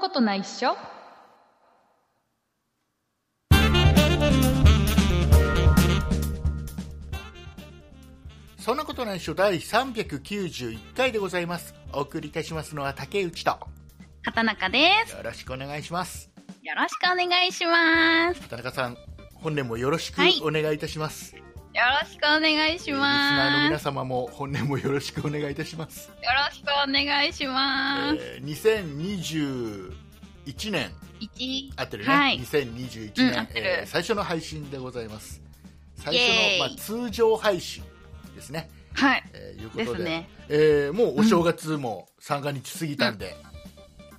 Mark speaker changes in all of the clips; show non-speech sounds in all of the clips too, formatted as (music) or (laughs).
Speaker 1: ことないっしょ
Speaker 2: そんなことないっしょ第391回でございますお送りいたしますのは竹内とよ
Speaker 1: 畑中です
Speaker 2: ろしくお願いします
Speaker 1: よろしくお願いします
Speaker 2: 田中さん本年もよろしく
Speaker 1: はい
Speaker 2: お願いいたします、
Speaker 1: よろしくお願いし
Speaker 2: えーリスナーの
Speaker 1: ます
Speaker 2: 皆様も本年もよろしくお願いいたします、
Speaker 1: よろしくお願いします、
Speaker 2: えー2021年
Speaker 1: 一
Speaker 2: 合ってるね、
Speaker 1: はい
Speaker 2: 2021
Speaker 1: うん合
Speaker 2: 年
Speaker 1: っ、てる
Speaker 2: えー最初の配信でございます最
Speaker 1: イエー
Speaker 2: 初
Speaker 1: イ
Speaker 2: の、まあ、通常配信ですね、
Speaker 1: はい
Speaker 2: えーいうこ
Speaker 1: で
Speaker 2: と
Speaker 1: す
Speaker 2: で
Speaker 1: ね
Speaker 2: えーもうお正月も三が日過ぎたんで、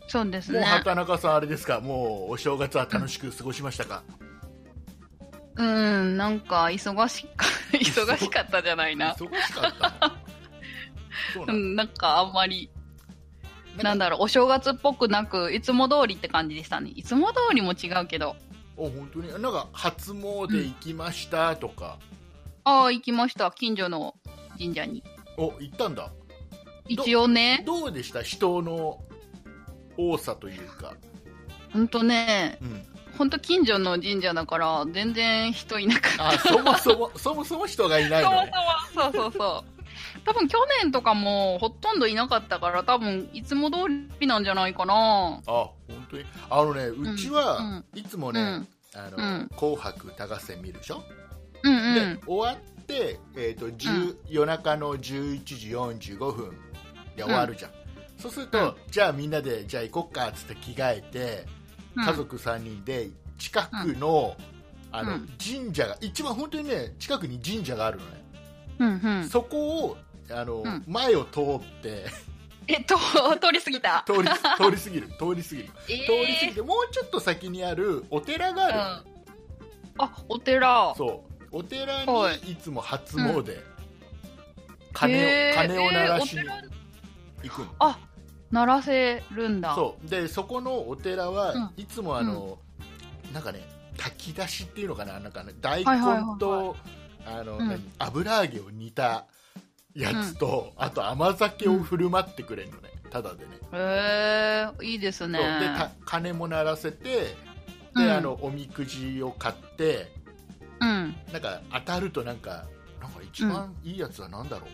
Speaker 1: そうです
Speaker 2: もう
Speaker 1: ね
Speaker 2: 畑中さんあれですかもうお正月は楽しく過ごしましたか、
Speaker 1: うんなんか忙しか (laughs) 忙しかったじゃないな
Speaker 2: 忙しかったのそう
Speaker 1: う
Speaker 2: なん
Speaker 1: んなんかあんまり
Speaker 2: だ
Speaker 1: なん
Speaker 2: か
Speaker 1: だろうお正月っぽくなくいつも通りって感じでしたねいつも通りも違うけど
Speaker 2: お本当になんか初詣行きましたとか、
Speaker 1: ああ行きました近所の神社に
Speaker 2: お行ったんだ
Speaker 1: 一応ね
Speaker 2: どうでした人の多さというか、
Speaker 1: ほんとね
Speaker 2: うん、
Speaker 1: ほんと近所の神社だから全然人いなかった
Speaker 2: あそもそも (laughs) そもそも人がいないのね
Speaker 1: そうそうそうそう多分去年とかもほとんどいなかったから多分いつも通りなんじゃないかな
Speaker 2: あ本当にあのねうちはいつもね、
Speaker 1: うん
Speaker 2: あの
Speaker 1: うん
Speaker 2: 紅白歌合戦見るでしょ、
Speaker 1: うん
Speaker 2: で終わって、えーと10夜中の11時45分で終わるじゃん、そうすると、
Speaker 1: うん
Speaker 2: じゃあみんなでじゃあ行こっかっつって着替えて
Speaker 1: うん
Speaker 2: 家族3人で近くの,、あ
Speaker 1: う
Speaker 2: の
Speaker 1: ん
Speaker 2: 神社が一番本当にね近くに神社があるのね、
Speaker 1: うんうん
Speaker 2: そこをあの、
Speaker 1: うん
Speaker 2: 前を通って
Speaker 1: えっと (laughs) 通り過ぎた
Speaker 2: 通り通り過ぎる通り過ぎ
Speaker 1: え
Speaker 2: る通り過ぎ
Speaker 1: え
Speaker 2: てもうちょっと先にあるお寺があるのね、
Speaker 1: ーうん、あお寺
Speaker 2: そうお寺
Speaker 1: はい
Speaker 2: にいつも初詣、鐘
Speaker 1: へ
Speaker 2: を
Speaker 1: ー
Speaker 2: 鐘を鳴らしに
Speaker 1: えーお寺
Speaker 2: 行くの、
Speaker 1: あ鳴らせるんだ
Speaker 2: そうでそこのお寺は
Speaker 1: う
Speaker 2: いつもあの、なんかね炊き出しっていうのかななんか、ね、大根
Speaker 1: はいはいはい
Speaker 2: とあの
Speaker 1: うん
Speaker 2: 何油揚げを煮たやつと、あと甘酒を振る舞ってくれるのねただでね
Speaker 1: へえいいですね
Speaker 2: そうでた鐘も鳴らせてで、
Speaker 1: うん
Speaker 2: あのおみくじを買って
Speaker 1: うん
Speaker 2: なんか当たるとなんかなんか一番いいやつは何だろう、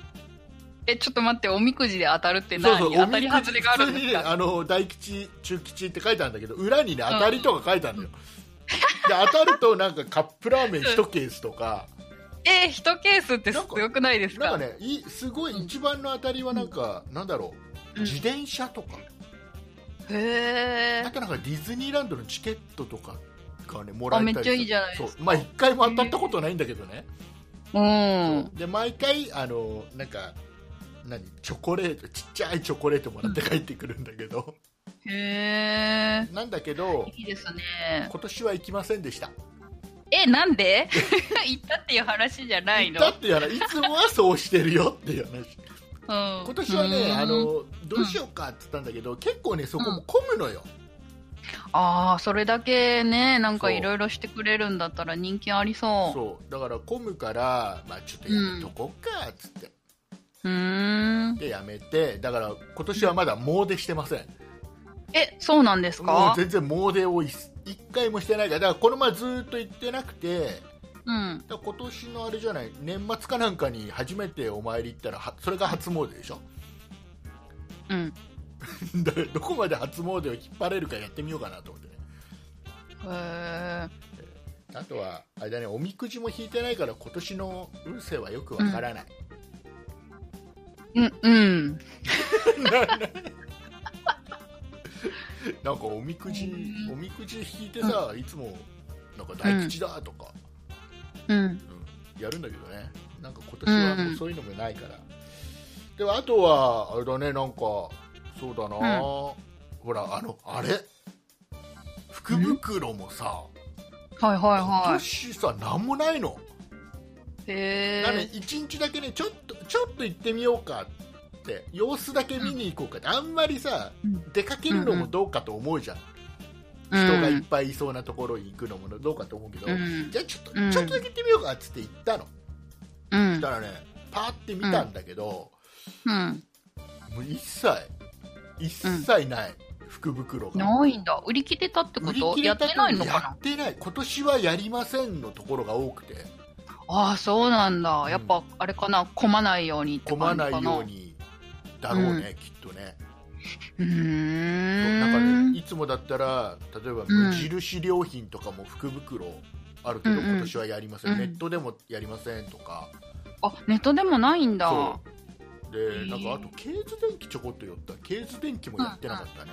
Speaker 1: えちょっと待っておみくじで当たるって何当たり外れがあるんです
Speaker 2: 普通にね
Speaker 1: か
Speaker 2: あの大吉中吉って書いてあるんだけど裏にね当たりとか書いてあるの
Speaker 1: (laughs)
Speaker 2: よ、で当たるとなんかカップラーメン1ケースとか
Speaker 1: え一ケースってすごくないです
Speaker 2: なん
Speaker 1: か
Speaker 2: かねいすご
Speaker 1: うん
Speaker 2: い一番の当たりはなんか、なんだろう
Speaker 1: うん
Speaker 2: 自転車とか、
Speaker 1: へ
Speaker 2: あ
Speaker 1: え
Speaker 2: となんかディズニーランドのチケットとかがねもらえたり
Speaker 1: あめっちゃいいじゃないですか
Speaker 2: そうまあ1回も当たったことないんだけどね、
Speaker 1: うん
Speaker 2: で毎回あのなんか何チョコレートちっちゃいチョコレートもらって帰ってくるんだけど、
Speaker 1: へえ
Speaker 2: なんだけど
Speaker 1: いいですね
Speaker 2: 今年は行きませんでした
Speaker 1: えなんで (laughs) 行ったっていう話じゃないの
Speaker 2: だってやらいつもはそうしてるよっていう話
Speaker 1: うん
Speaker 2: 今年は
Speaker 1: う
Speaker 2: ね
Speaker 1: ん
Speaker 2: あのどうしようかって言ったんだけど結構ねそこも混むのよ、
Speaker 1: ああそれだけねなんか
Speaker 2: そう
Speaker 1: いろいろしてくれるんだったら人気ありそう
Speaker 2: そうだから混むから、まあ、ちょっとやめとこうかっつって、
Speaker 1: うーん
Speaker 2: でやめてだから今年はまだ詣でしてません、
Speaker 1: えそうなんです
Speaker 2: もう
Speaker 1: か
Speaker 2: 全然詣でを一一回もしてないからだからこの前ずっと行ってなくて
Speaker 1: うん
Speaker 2: だから今年のあれじゃない年末かなんかに初めてお参り行ったらはそれが初詣でしょ (laughs)
Speaker 1: うん
Speaker 2: だからどこまで初詣を引っ張れるかやってみようかなと思ってね
Speaker 1: へえ
Speaker 2: あとはあれだねおみくじも引いてないから今年の運勢はよくわからない、
Speaker 1: うんうん
Speaker 2: なんかおみくじ、
Speaker 1: うん
Speaker 2: おみくじ引いてさ、いつもなんか大吉だとか、
Speaker 1: うん
Speaker 2: うんやるんだけどねなんか今年はもうそういうのもないから、でもあとはあれだねなんかそうだな、
Speaker 1: ん
Speaker 2: ほらあのあれ福袋もさ、
Speaker 1: はいはい
Speaker 2: 今
Speaker 1: は
Speaker 2: 年さ何もないの、
Speaker 1: いへ
Speaker 2: なの
Speaker 1: え
Speaker 2: に一日だけねちょっとちょっと行ってみようかって様子だけ見に行こうかってあんまりさ、
Speaker 1: うん
Speaker 2: 出かけるのもどうかと思うじゃん、
Speaker 1: う
Speaker 2: 人がいっ
Speaker 1: ん
Speaker 2: ぱいいそうなところに行くのもどうかと思うけど、
Speaker 1: うん
Speaker 2: じゃあちょっと、
Speaker 1: うん
Speaker 2: ちょっとだけ行ってみようかっつって行ったの
Speaker 1: うん
Speaker 2: だからねパーって見たんだけど、
Speaker 1: うん
Speaker 2: もう一切一切ない、福袋が
Speaker 1: ないんだ。売り切れたってこ
Speaker 2: 売り
Speaker 1: と
Speaker 2: 切
Speaker 1: や
Speaker 2: れ
Speaker 1: ったてないのか
Speaker 2: や
Speaker 1: な
Speaker 2: ってない今年はやりませんのところが多くて
Speaker 1: ああ、そうなんだ。
Speaker 2: ん
Speaker 1: やっぱ、あれかな、混まないようにって
Speaker 2: 混ま
Speaker 1: 感じ
Speaker 2: な
Speaker 1: か
Speaker 2: い
Speaker 1: な。
Speaker 2: ようにだろうね、きっとね
Speaker 1: うー。
Speaker 2: そうんなんかねいつもだったら例えば
Speaker 1: うん
Speaker 2: 無印良品とかも福袋あるけど、
Speaker 1: うんうん
Speaker 2: 今年はやりません、
Speaker 1: うん
Speaker 2: ネットでもやりませんとか、
Speaker 1: あ、ネットでもないんだ。
Speaker 2: そうで
Speaker 1: ー
Speaker 2: なんかあとケーズ電機ちょこっと寄ったケーズ電機もやってなかったね、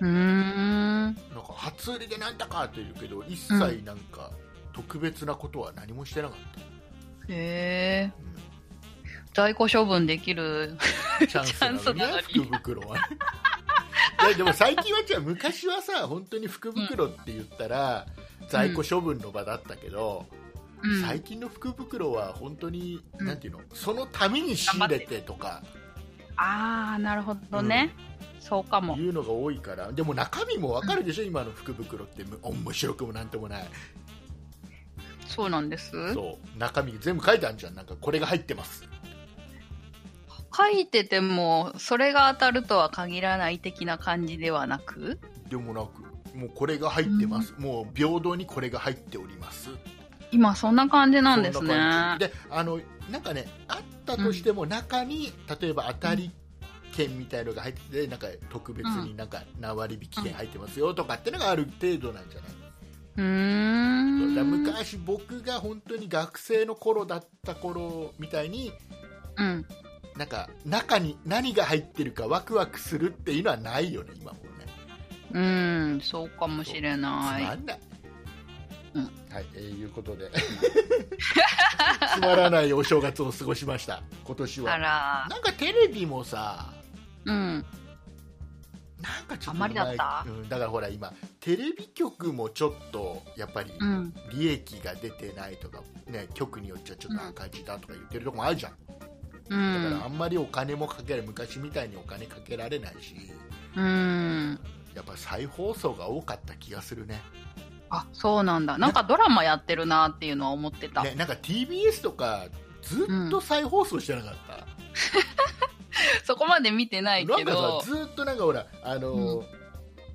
Speaker 1: うーん。
Speaker 2: なんか初売りでなんだかって言うけど一切なんか特別なことは何もしてなかった、
Speaker 1: へえ。
Speaker 2: うん
Speaker 1: 在庫処分できる。 (laughs)
Speaker 2: チャンスなの
Speaker 1: チャンスな
Speaker 2: ね
Speaker 1: のに
Speaker 2: 福袋はいやでも最近は違う昔はさ本当に福袋って言ったら、在庫処分の場だったけど、
Speaker 1: うん。
Speaker 2: 最近の福袋は本当に、
Speaker 1: うん
Speaker 2: なんていうのそのために仕入れてとか
Speaker 1: ああ、なるほどね。そうかも
Speaker 2: い。うのが多いからでも中身もわかるでしょ、今の福袋ってむ面白くもなんともない、
Speaker 1: そうなんです。
Speaker 2: そう中身全部書いてあるじゃんなんかこれが入ってます
Speaker 1: 書いてても、それが当たるとは限らない的な感じではなく。
Speaker 2: でもなくもうこれが入ってます、もう平等にこれが入っております
Speaker 1: 今、そんな感じなんです
Speaker 2: そ
Speaker 1: ね。
Speaker 2: な感じであのなんかねあったとしても中に、例えば当たり券みたいのが入っててなんか特別になんか何割引券入ってますよとかってのがある程度なんじゃない、
Speaker 1: うーん。
Speaker 2: だから昔僕が本当に学生の頃だった頃みたいに
Speaker 1: うん。
Speaker 2: なんか中に何が入ってるかワクワクするっていうのはないよね今もね
Speaker 1: うん、そうかもしれ
Speaker 2: つ
Speaker 1: な
Speaker 2: ま
Speaker 1: い。
Speaker 2: んない、
Speaker 1: うん
Speaker 2: はいえーいうことで (laughs) つまらないお正月を過ごしました今年は
Speaker 1: あら、
Speaker 2: なんかテレビもさ
Speaker 1: うん。
Speaker 2: なんかちょっと
Speaker 1: あんまりだった
Speaker 2: うまいうん、だからほら今テレビ局もちょっとやっぱり
Speaker 1: うん。
Speaker 2: 利益が出てないとか、ね、局によっちゃちょっと赤字だとか言ってるとこもあるじゃん、
Speaker 1: う
Speaker 2: だからあ
Speaker 1: ん。
Speaker 2: んまりお金もかけられ昔みたいにお金かけられないし
Speaker 1: うん。
Speaker 2: やっぱ再放送が多かった気がするね
Speaker 1: あ、そうなんだ。なんかドラマやってるなっていうのは思ってた。
Speaker 2: ねなんか TBS とかずっと再放送してなかった、
Speaker 1: そこまで見てない
Speaker 2: な
Speaker 1: け
Speaker 2: んか
Speaker 1: ど
Speaker 2: さ。ずっとなんかほらあのー、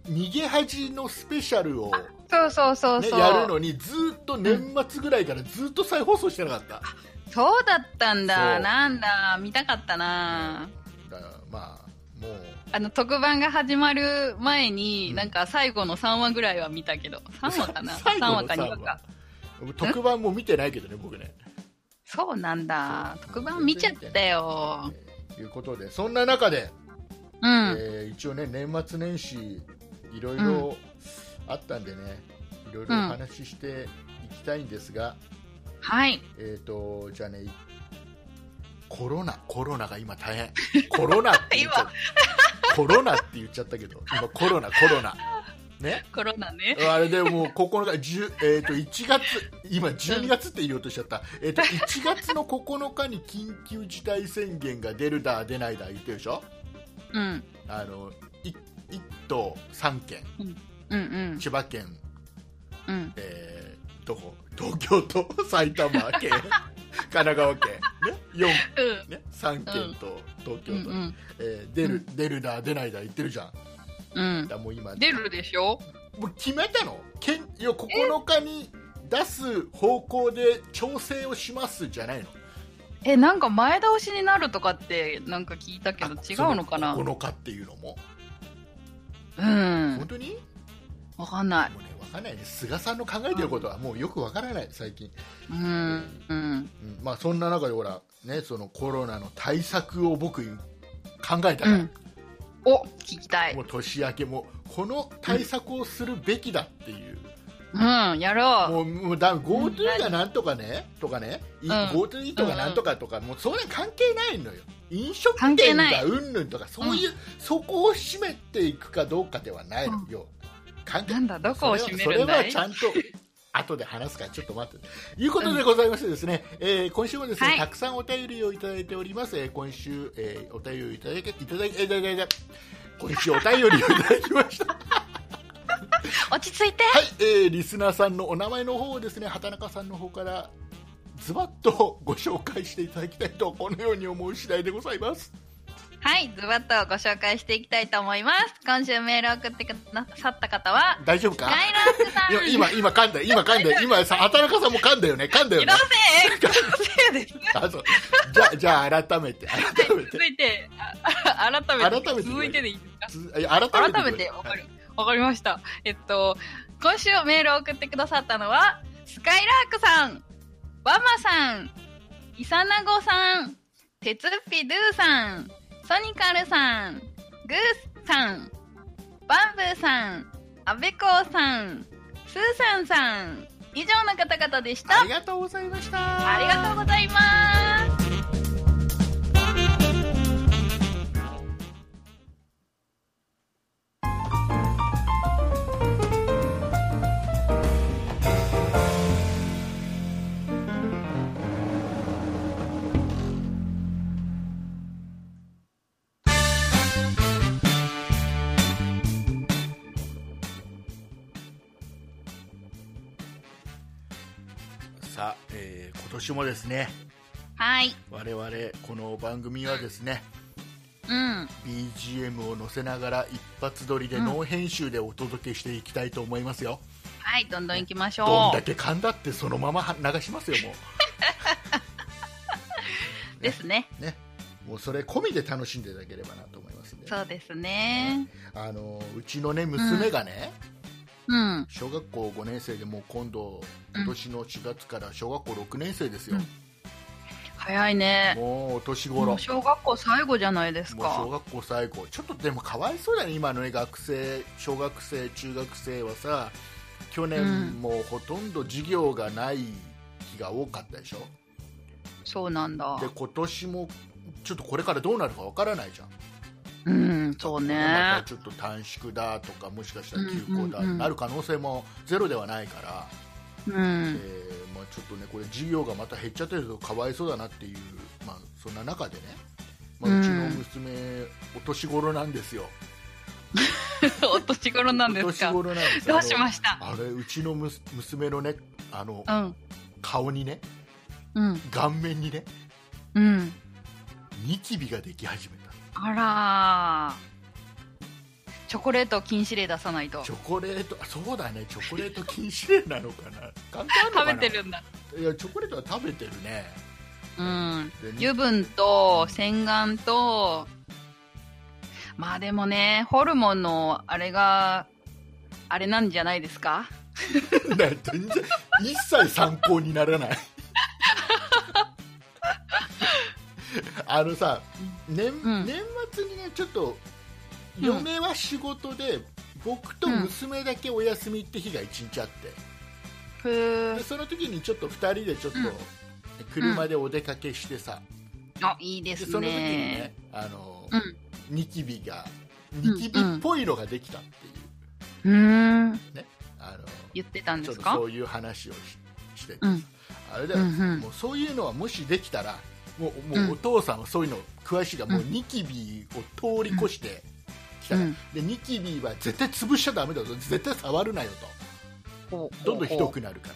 Speaker 2: 逃げ恥のスペシャルを
Speaker 1: そうそうそう
Speaker 2: ね、
Speaker 1: そう。
Speaker 2: やるのにずっと年末ぐらいからずっと再放送してなかった、
Speaker 1: そうだったん
Speaker 2: そ
Speaker 1: だ。
Speaker 2: う
Speaker 1: なんだ。見たかったな。
Speaker 2: だからまあもう
Speaker 1: あの、特番が始まる前に、
Speaker 2: うん
Speaker 1: なんか最後の3話ぐらいは見たけど。3話かな
Speaker 2: (laughs) 最後
Speaker 1: ?3
Speaker 2: の
Speaker 1: 話か2話か。
Speaker 2: 特番も見てないけどね僕ね
Speaker 1: そうなんだ。
Speaker 2: そう
Speaker 1: 特番見ちゃったよ。
Speaker 2: ということでそんな中で、
Speaker 1: うん。
Speaker 2: えー一応ね年末年始いろいろあったんでねいろいろお話ししていきたいんですが、
Speaker 1: はい。
Speaker 2: えっ、とじゃあねコロナコロナが今大変コロナって言っちゃった (laughs) コロナって言っちゃったけど今コロナコロナね
Speaker 1: コロナね。
Speaker 2: あれでもう9日、10えー、と1月、今、12月って言おうとしちゃった、えー、と1月の9日に緊急事態宣言が出るだ、出ないだ言ってるでしょ、
Speaker 1: うん。
Speaker 2: あの 1, 都3県、
Speaker 1: うんうん。
Speaker 2: 千葉県、
Speaker 1: うん。
Speaker 2: えーどこ東京都、 (laughs) 埼玉
Speaker 1: (laughs)
Speaker 2: 県、神奈川県、ね、
Speaker 1: うん
Speaker 2: 4、ね、3県と東
Speaker 1: う
Speaker 2: 京都、
Speaker 1: ん
Speaker 2: えー出
Speaker 1: う
Speaker 2: る出るだ、出ないだ言ってるじゃん、だか
Speaker 1: うん。
Speaker 2: らもう今、
Speaker 1: 出るでしょ
Speaker 2: もう決めたのけんいや9日に出す方向で調整をしますじゃないの
Speaker 1: え、なんか前倒しになるとかってなんか聞いたけど
Speaker 2: あ
Speaker 1: 違うのかな
Speaker 2: そ9日っていうのも、
Speaker 1: うん
Speaker 2: 本。当に
Speaker 1: わかんない。
Speaker 2: もうね分かんないね菅さんの考えてることはもうよく分からない最近、
Speaker 1: うん。うん。
Speaker 2: うんまあ、そんな中でほら、ね、そのコロナの対策を僕考え
Speaker 1: う
Speaker 2: たから、
Speaker 1: ん。お、聞きたい
Speaker 2: も。う年明けもこの対策をするべきだっていう、
Speaker 1: うん、やろ
Speaker 2: もうもうだ GoTo がなんとかね、とかね、い
Speaker 1: ん
Speaker 2: GoTo イートがなんとかとか、もうそんな関係ないのよ、飲食
Speaker 1: 関係
Speaker 2: 店
Speaker 1: ない
Speaker 2: がうんぬんとか、そういう、そこを締めていくかどうかではないよ、関
Speaker 1: う。
Speaker 2: 係
Speaker 1: なんだ、どこを閉めるん
Speaker 2: それはそれ
Speaker 1: だ
Speaker 2: はいちゃんと後で話すからちょっと待ってということでございましてですね、えー今週もですね、
Speaker 1: はい
Speaker 2: たくさんお便りをいただいております、えー今週、えーお便りをいただけいただいいただいた今週お便りをいただきました (laughs)
Speaker 1: 落ち着いて
Speaker 2: はい、えーリスナーさんのお名前の方をですね畑中さんの方からズバッとご紹介していただきたいとこのように思う次第でございます
Speaker 1: ははい、ズバッとご紹介していきたいと思います。今週メールを送ってくださった方は、
Speaker 2: 大丈夫か
Speaker 1: ライラックさん。
Speaker 2: いや今今噛んだよ今噛んだよ今さ畑中さんも噛んだよね噛んだよ
Speaker 1: 気
Speaker 2: ね
Speaker 1: のせい、気のせいですね。
Speaker 2: あそうじゃあじゃあ改めて改めて
Speaker 1: 続いて、あ改めて、
Speaker 2: 改めて
Speaker 1: 続いてでいいですか
Speaker 2: ついや改めて
Speaker 1: 改めてわかり、わかりました。えっと、今週メールを送ってくださったのは、スカイラークさん、ワマさん、イサナゴさん、鉄っぴドゥさん、ソニカルさん、グースさん、バンブーさん、アベコーさん、スーさんさん、以上の方々でした
Speaker 2: あ。りがとうございました
Speaker 1: ありがとうございます。
Speaker 2: さあ、えー今年もですね
Speaker 1: はい。
Speaker 2: 我々この番組はですね
Speaker 1: うん。
Speaker 2: BGM を載せながら一発撮りでノー編集でお届けしていきたいと思いますよ、
Speaker 1: はい、どんどん行きまし
Speaker 2: どん
Speaker 1: ょ
Speaker 2: だ
Speaker 1: う。
Speaker 2: け噛んだってそのまま流しますよも
Speaker 1: ですね。
Speaker 2: うねもうそれ込みで楽しんでいただければなと思いますんで
Speaker 1: そうですね。
Speaker 2: あのうちのね娘がね、
Speaker 1: うん。
Speaker 2: 小学校5年生でもう今度
Speaker 1: うん
Speaker 2: 今年の4月から小学校6年生ですよ、
Speaker 1: 早いね。
Speaker 2: もうお年頃
Speaker 1: も
Speaker 2: も
Speaker 1: う
Speaker 2: う
Speaker 1: 小学校最後じゃないです
Speaker 2: 小
Speaker 1: か。
Speaker 2: 学校最後ちょっとでもかわいそうだね今のね学生小学生中学生はさ去
Speaker 1: うん
Speaker 2: 年もうほとんど授業がない日が多かったでしょ、
Speaker 1: そうなんだ
Speaker 2: で。今年もちょっとこれからどうなるかわからないじゃん、
Speaker 1: うん、そう
Speaker 2: ま
Speaker 1: ね
Speaker 2: た。ちょっと短縮だとかもしかしたら休
Speaker 1: うんう
Speaker 2: 校
Speaker 1: ん
Speaker 2: だ、
Speaker 1: うん
Speaker 2: なる可能性もゼロではないか
Speaker 1: う
Speaker 2: ら、
Speaker 1: ん。 (laughs)
Speaker 2: えーまあ、ちょっとねこれ事業がまた減っちゃってるとかわいそうだなっていう、まあ、そんな中でね、まあ、うちの娘、お年頃なんですよ
Speaker 1: お年頃なんで
Speaker 2: お
Speaker 1: す
Speaker 2: 年
Speaker 1: か。
Speaker 2: 頃なんです
Speaker 1: どうしま
Speaker 2: し
Speaker 1: した。
Speaker 2: あのあれうちのむす娘のねあの
Speaker 1: うん。
Speaker 2: 顔にね
Speaker 1: うん。
Speaker 2: 顔面にね
Speaker 1: うん。
Speaker 2: ニキビができ始めた
Speaker 1: あらー。チョコレート禁止令出さないと。
Speaker 2: チ
Speaker 1: 食
Speaker 2: ョコレートあそうだねチョコレート禁止令なの
Speaker 1: (laughs)
Speaker 2: かな関係あるのかな
Speaker 1: べてるんだ。
Speaker 2: いやチョコレートは食べてるね
Speaker 1: うん。
Speaker 2: で
Speaker 1: 油分と洗顔と、まあでもね、ホルモンのあれが、あれなんじゃないですか
Speaker 2: ね全然一切参考にならない (laughs) あのさ年,、
Speaker 1: ん
Speaker 2: 年末にねちょっと
Speaker 1: うん
Speaker 2: 嫁は仕事で、僕と娘だけお休みって日が1日あって、
Speaker 1: ふー
Speaker 2: で。その時にちょっと2人でちょっと
Speaker 1: うん
Speaker 2: 車でお出かけしてさ、
Speaker 1: あ、いいで
Speaker 2: です
Speaker 1: ね。
Speaker 2: その時にねあの、
Speaker 1: うん
Speaker 2: ニキビがニキビっぽいのができたっていう、
Speaker 1: うーん。
Speaker 2: あの
Speaker 1: 言ってたん
Speaker 2: ち
Speaker 1: で
Speaker 2: ょっ
Speaker 1: す
Speaker 2: と
Speaker 1: か
Speaker 2: そういう話をししてて、
Speaker 1: うん
Speaker 2: あれだよ、
Speaker 1: うんうん
Speaker 2: もうそういうのはもしできたらもう
Speaker 1: う
Speaker 2: も
Speaker 1: ん
Speaker 2: うお父さんはそういうの詳しいが、もううんニキビを通り越してきたら、
Speaker 1: うん
Speaker 2: でニキビは絶対潰しちゃだめだぞ絶対触るなよ
Speaker 1: ほう
Speaker 2: とどんどんひどくなるから。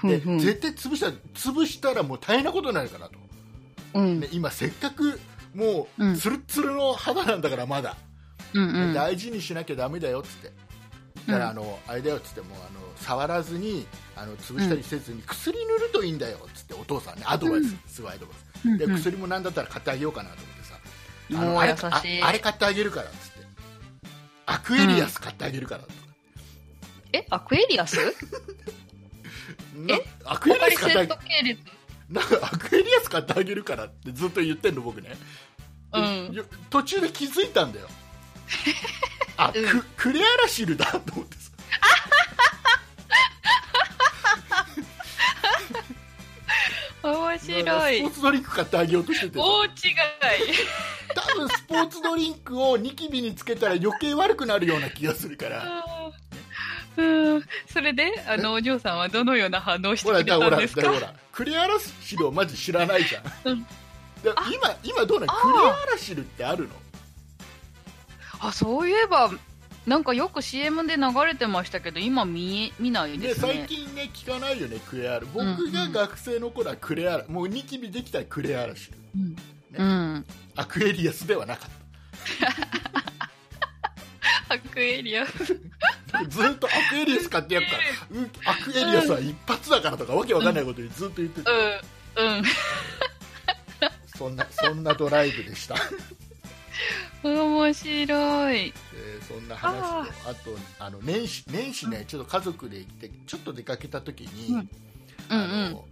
Speaker 1: ほう
Speaker 2: で
Speaker 1: ほう
Speaker 2: 絶対潰したら潰したらもう大変なことになるからと、
Speaker 1: うんうん
Speaker 2: ね、今せっかくも
Speaker 1: うん
Speaker 2: うツルッツルの肌なんだからまだ、
Speaker 1: うんうん
Speaker 2: 大事にしなきゃだめだよっつってだからあの、あれだよっつってもあの触らずにあの潰したりせずに薬塗るといいんだよっつってお父さんねアドバイス、すごいアドバイス
Speaker 1: うん
Speaker 2: で
Speaker 1: うん
Speaker 2: 薬もなんだったら買ってあげようかなと思ってさあ
Speaker 1: も
Speaker 2: の
Speaker 1: う
Speaker 2: あれ
Speaker 1: 優
Speaker 2: あ
Speaker 1: しい
Speaker 2: あれ買ってあげるからっつってアクエリアス買ってあげるからとか、
Speaker 1: えアクエリアス
Speaker 2: な
Speaker 1: え
Speaker 2: アクエリア
Speaker 1: ポリ
Speaker 2: ス
Speaker 1: セ
Speaker 2: 買ってあ
Speaker 1: ット
Speaker 2: げ
Speaker 1: 系列
Speaker 2: なんかアクエリアス買ってあげるからってずっと言ってんの僕ね、
Speaker 1: うん
Speaker 2: よ途中で気づい
Speaker 1: (laughs)
Speaker 2: たんだよあ、
Speaker 1: うん
Speaker 2: ククレアラシルだと思ってさ
Speaker 1: 面白い
Speaker 2: まあスポーツドリンク買ってあげようとしてて
Speaker 1: 大違い
Speaker 2: 多分スポーツドリンクをニキビにつけたら余計悪くなるような気がするから
Speaker 1: あーうんそれであのお嬢さんはどのような反応して
Speaker 2: ほ
Speaker 1: く
Speaker 2: ら
Speaker 1: れ
Speaker 2: だ
Speaker 1: た
Speaker 2: ほ
Speaker 1: ん
Speaker 2: ら
Speaker 1: です
Speaker 2: だほ
Speaker 1: から
Speaker 2: クレアラシルをまず知らないじゃん、
Speaker 1: うん
Speaker 2: で今今どうなのクレアラシルってあるの
Speaker 1: あそういえばなんかよく CM で流れてましたけど今見え見ない
Speaker 2: で
Speaker 1: ですね
Speaker 2: 最近ね聞かないよねクレアラ僕
Speaker 1: うんう
Speaker 2: が
Speaker 1: ん
Speaker 2: 学生の頃はクレアラもうニキビできたらクレアラシル
Speaker 1: うん
Speaker 2: (laughs)
Speaker 1: うん。
Speaker 2: アクエリアスではなかっ
Speaker 1: アクエリアス。
Speaker 2: た (laughs) ずっとアクエリアス買ってやっからうんアクエリアスは一発だからとかわけわかんないことにずっと言ってて、
Speaker 1: うん。うん。
Speaker 2: そんなそんなドライブでした、
Speaker 1: 面白い。
Speaker 2: えーそんな話とあとあの年始年始ねちょっと家族で行ってちょっと出かけた時に、
Speaker 1: うんうんう
Speaker 2: あ
Speaker 1: ん。
Speaker 2: の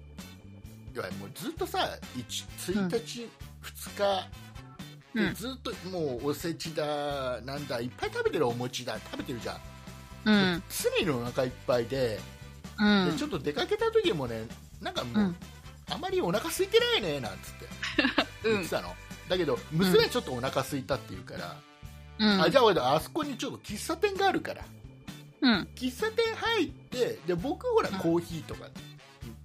Speaker 2: いやもうずっとさ 1, 日、2日
Speaker 1: うん
Speaker 2: ずっともうおせちだなんだいっぱい食べてるお餅だ食べてるじゃん、
Speaker 1: うん。
Speaker 2: 常にお腹いっぱいで,、
Speaker 1: う
Speaker 2: で
Speaker 1: ん
Speaker 2: ち。ょっと出かけた時もねなんかもう、
Speaker 1: うん
Speaker 2: あまりお腹空いてないねなんつって
Speaker 1: (laughs) う
Speaker 2: 言っ
Speaker 1: ん
Speaker 2: て。たの、だけど娘はちょっとお腹空いたって言うから、
Speaker 1: うん。
Speaker 2: あじゃあ俺あそこにちょっと喫茶店があるから
Speaker 1: うん。
Speaker 2: 喫茶店入ってで僕ほら
Speaker 1: うん
Speaker 2: コーヒーとか、
Speaker 1: うん
Speaker 2: で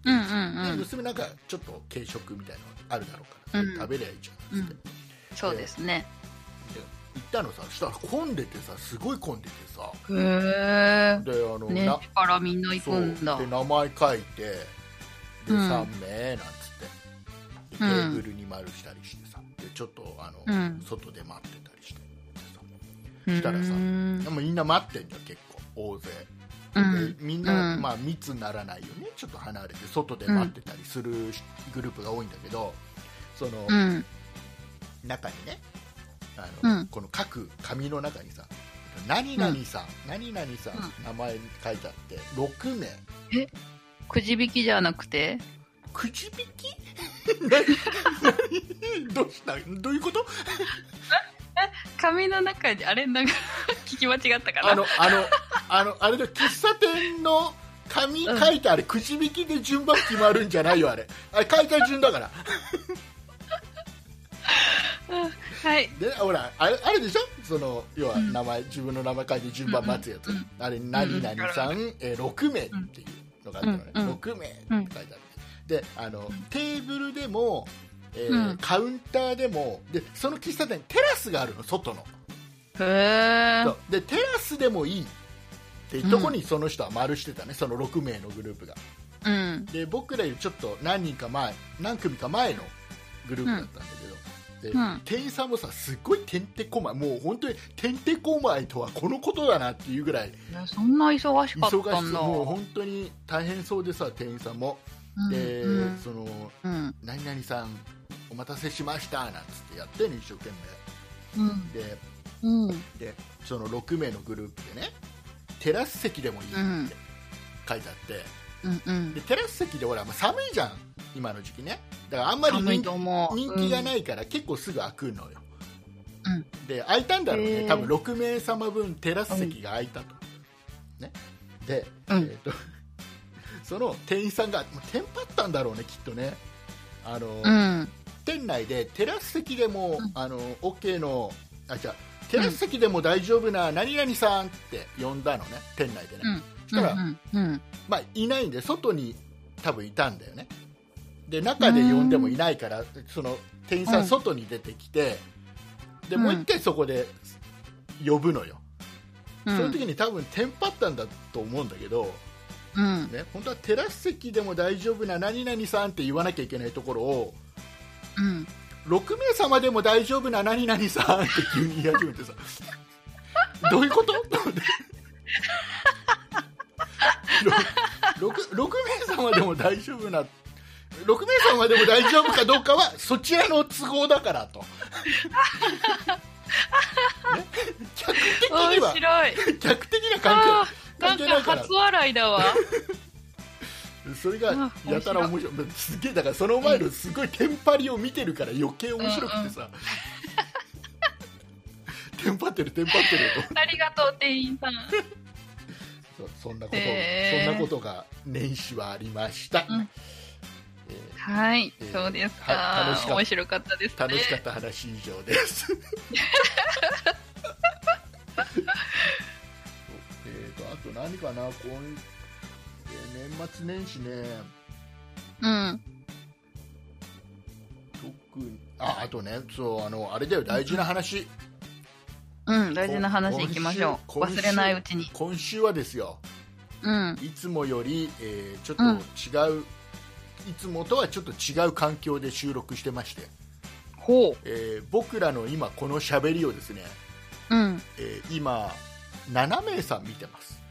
Speaker 1: うんうん。
Speaker 2: 娘なんかちょっと軽食みたいなのあるだろうから、
Speaker 1: うん
Speaker 2: 食べりゃいいじゃんっつって、
Speaker 1: うんそうですね。
Speaker 2: で行ったのさしたら混んでてさすごい混んでてさ
Speaker 1: へえ。
Speaker 2: であの、
Speaker 1: ね
Speaker 2: な
Speaker 1: からみんな行
Speaker 2: そ
Speaker 1: く
Speaker 2: うん
Speaker 1: だ
Speaker 2: で。名前書いてで、
Speaker 1: うん
Speaker 2: 3名なんつってでテ
Speaker 1: うん
Speaker 2: ーブルに丸したりしてさでちょっとあの、
Speaker 1: うん
Speaker 2: 外で待ってたりしてでさ
Speaker 1: うん
Speaker 2: したらさ
Speaker 1: うん
Speaker 2: でもみんな待ってんだよ結構大勢、でみんな、
Speaker 1: うん
Speaker 2: まあ、密にならないよねちょっと離れて外で待ってたりするグループが多いんだけどその、
Speaker 1: うん。
Speaker 2: 中にねあの、
Speaker 1: うん
Speaker 2: この各紙の中にさ何々さん、何々さん、
Speaker 1: う
Speaker 2: 名前書いてあって6名
Speaker 1: くじ引きじゃなくて
Speaker 2: くじ引き何 (laughs) 何どうしたどういうこと
Speaker 1: 紙の中で、あれなんか (laughs) 聞き間違ったかな
Speaker 2: あのあのあのあれだ喫茶店の紙書いてあれ、くじ引きで順番決まるんじゃないよあれあれ書いた順だから
Speaker 1: はい。
Speaker 2: でほらあれあれでしょその要は
Speaker 1: うん
Speaker 2: 名前、自分の名前書いて順番待つやつ、
Speaker 1: うんうん
Speaker 2: あれ何々さん、えー6名っていうのがあったのね、
Speaker 1: うんうん
Speaker 2: 6名って書いてある、であのテーブルでも、えー
Speaker 1: うん
Speaker 2: カウンターでもでその喫茶店テラスがあるの外の、
Speaker 1: へえ。
Speaker 2: そうでテラスでもいいっていうとこにその人は丸してたね、その6名のグループが
Speaker 1: うん。
Speaker 2: で僕らよりちょっと何人か前何組か前のグループだったんだけど、
Speaker 1: うん
Speaker 2: で
Speaker 1: うん
Speaker 2: 店員さんもさすっごいてんてこまいもう本当にてんてこまいとはこのことだなっていうぐらい
Speaker 1: そんな忙しか
Speaker 2: 忙
Speaker 1: っ
Speaker 2: し
Speaker 1: たん
Speaker 2: そう
Speaker 1: だ。
Speaker 2: もう本当に大変そうでさ店員さんも、で、
Speaker 1: うん
Speaker 2: その
Speaker 1: うん。
Speaker 2: 何々さんお待たせしましたなんつってやってね一生懸
Speaker 1: うん。
Speaker 2: 命で
Speaker 1: うん。
Speaker 2: でその6名のグループでねテラス席でもいいって書いてあって、
Speaker 1: うん。うん
Speaker 2: で。テラス席でほら、まあ、寒いじゃん今の時期ねだからあんまり
Speaker 1: 寒
Speaker 2: 人
Speaker 1: い
Speaker 2: 気
Speaker 1: と思う。
Speaker 2: 人気が
Speaker 1: い。
Speaker 2: ないから結構すぐ開くのよ、
Speaker 1: うん
Speaker 2: で開いたんだろうね、
Speaker 1: へー
Speaker 2: 多分6名様分テラス席が開いたと、ねで、
Speaker 1: うん
Speaker 2: えーと (laughs) その店員さんがもうテンパったんだろうねきっとねあの、
Speaker 1: うん。
Speaker 2: 店内でテラス席でも、
Speaker 1: うん
Speaker 2: あの OK のあじゃテラス席でも大丈夫な何々さんって呼んだのね店内でね、
Speaker 1: うん
Speaker 2: そしたら、
Speaker 1: うん。うん。
Speaker 2: まあ、いないんで外に多分いたんだよねで中で呼んでもいないからその店員さ
Speaker 1: うん
Speaker 2: ん外に出てきて、で
Speaker 1: うん
Speaker 2: もう一回そこで呼ぶのよ、
Speaker 1: うん。
Speaker 2: その時に多分テンパったんだと思うんだけど、
Speaker 1: うん。
Speaker 2: ね、本当はテラス席でも大丈夫な何々さんって言わなきゃいけないところを
Speaker 1: うん。
Speaker 2: 6名様でも大丈夫な何々さんって急に言い始めて
Speaker 1: (laughs)
Speaker 2: さどういうことと思って 6, 名様でも大丈夫な6名様でも大丈夫かどうかはそちらの都合だから
Speaker 1: (laughs)
Speaker 2: と、ね、客的に
Speaker 1: 面
Speaker 2: は
Speaker 1: 白い。
Speaker 2: 客的な
Speaker 1: あー
Speaker 2: 関
Speaker 1: なん
Speaker 2: 関係な
Speaker 1: か
Speaker 2: いから
Speaker 1: 初笑いだ
Speaker 2: (laughs)
Speaker 1: わ。
Speaker 2: 係それが
Speaker 1: あ
Speaker 2: やたら面白いすげえだからその前のすごいテンパりを見てるから余計面白くてさ、 (laughs) テンパってるテンパってると
Speaker 1: ありがとう、店員さん。
Speaker 2: そうそんなこと、
Speaker 1: へー
Speaker 2: そんなことが年始はありました、
Speaker 1: うん
Speaker 2: え
Speaker 1: はい
Speaker 2: えー、
Speaker 1: そうです
Speaker 2: は
Speaker 1: か
Speaker 2: 楽しかっ。た
Speaker 1: 面白かったです
Speaker 2: ー
Speaker 1: ね。
Speaker 2: 楽しかった話以
Speaker 1: (laughs)
Speaker 2: 上です。えーとあと何かな今、えー年末年始ね
Speaker 1: うん。
Speaker 2: 特にああとねそうあのあれだよ大事な話
Speaker 1: うん、大事な話いきましょう。
Speaker 2: 今週
Speaker 1: 忘れないうちに。
Speaker 2: 今週はですよ
Speaker 1: うん。
Speaker 2: いつもより、えーちょっと
Speaker 1: うん
Speaker 2: 違う、いつもとはちょっと違う環境で収録してまして
Speaker 1: ほ
Speaker 2: えー僕らの今この喋りをですね、
Speaker 1: う。うん。
Speaker 2: えー今7名さん見てます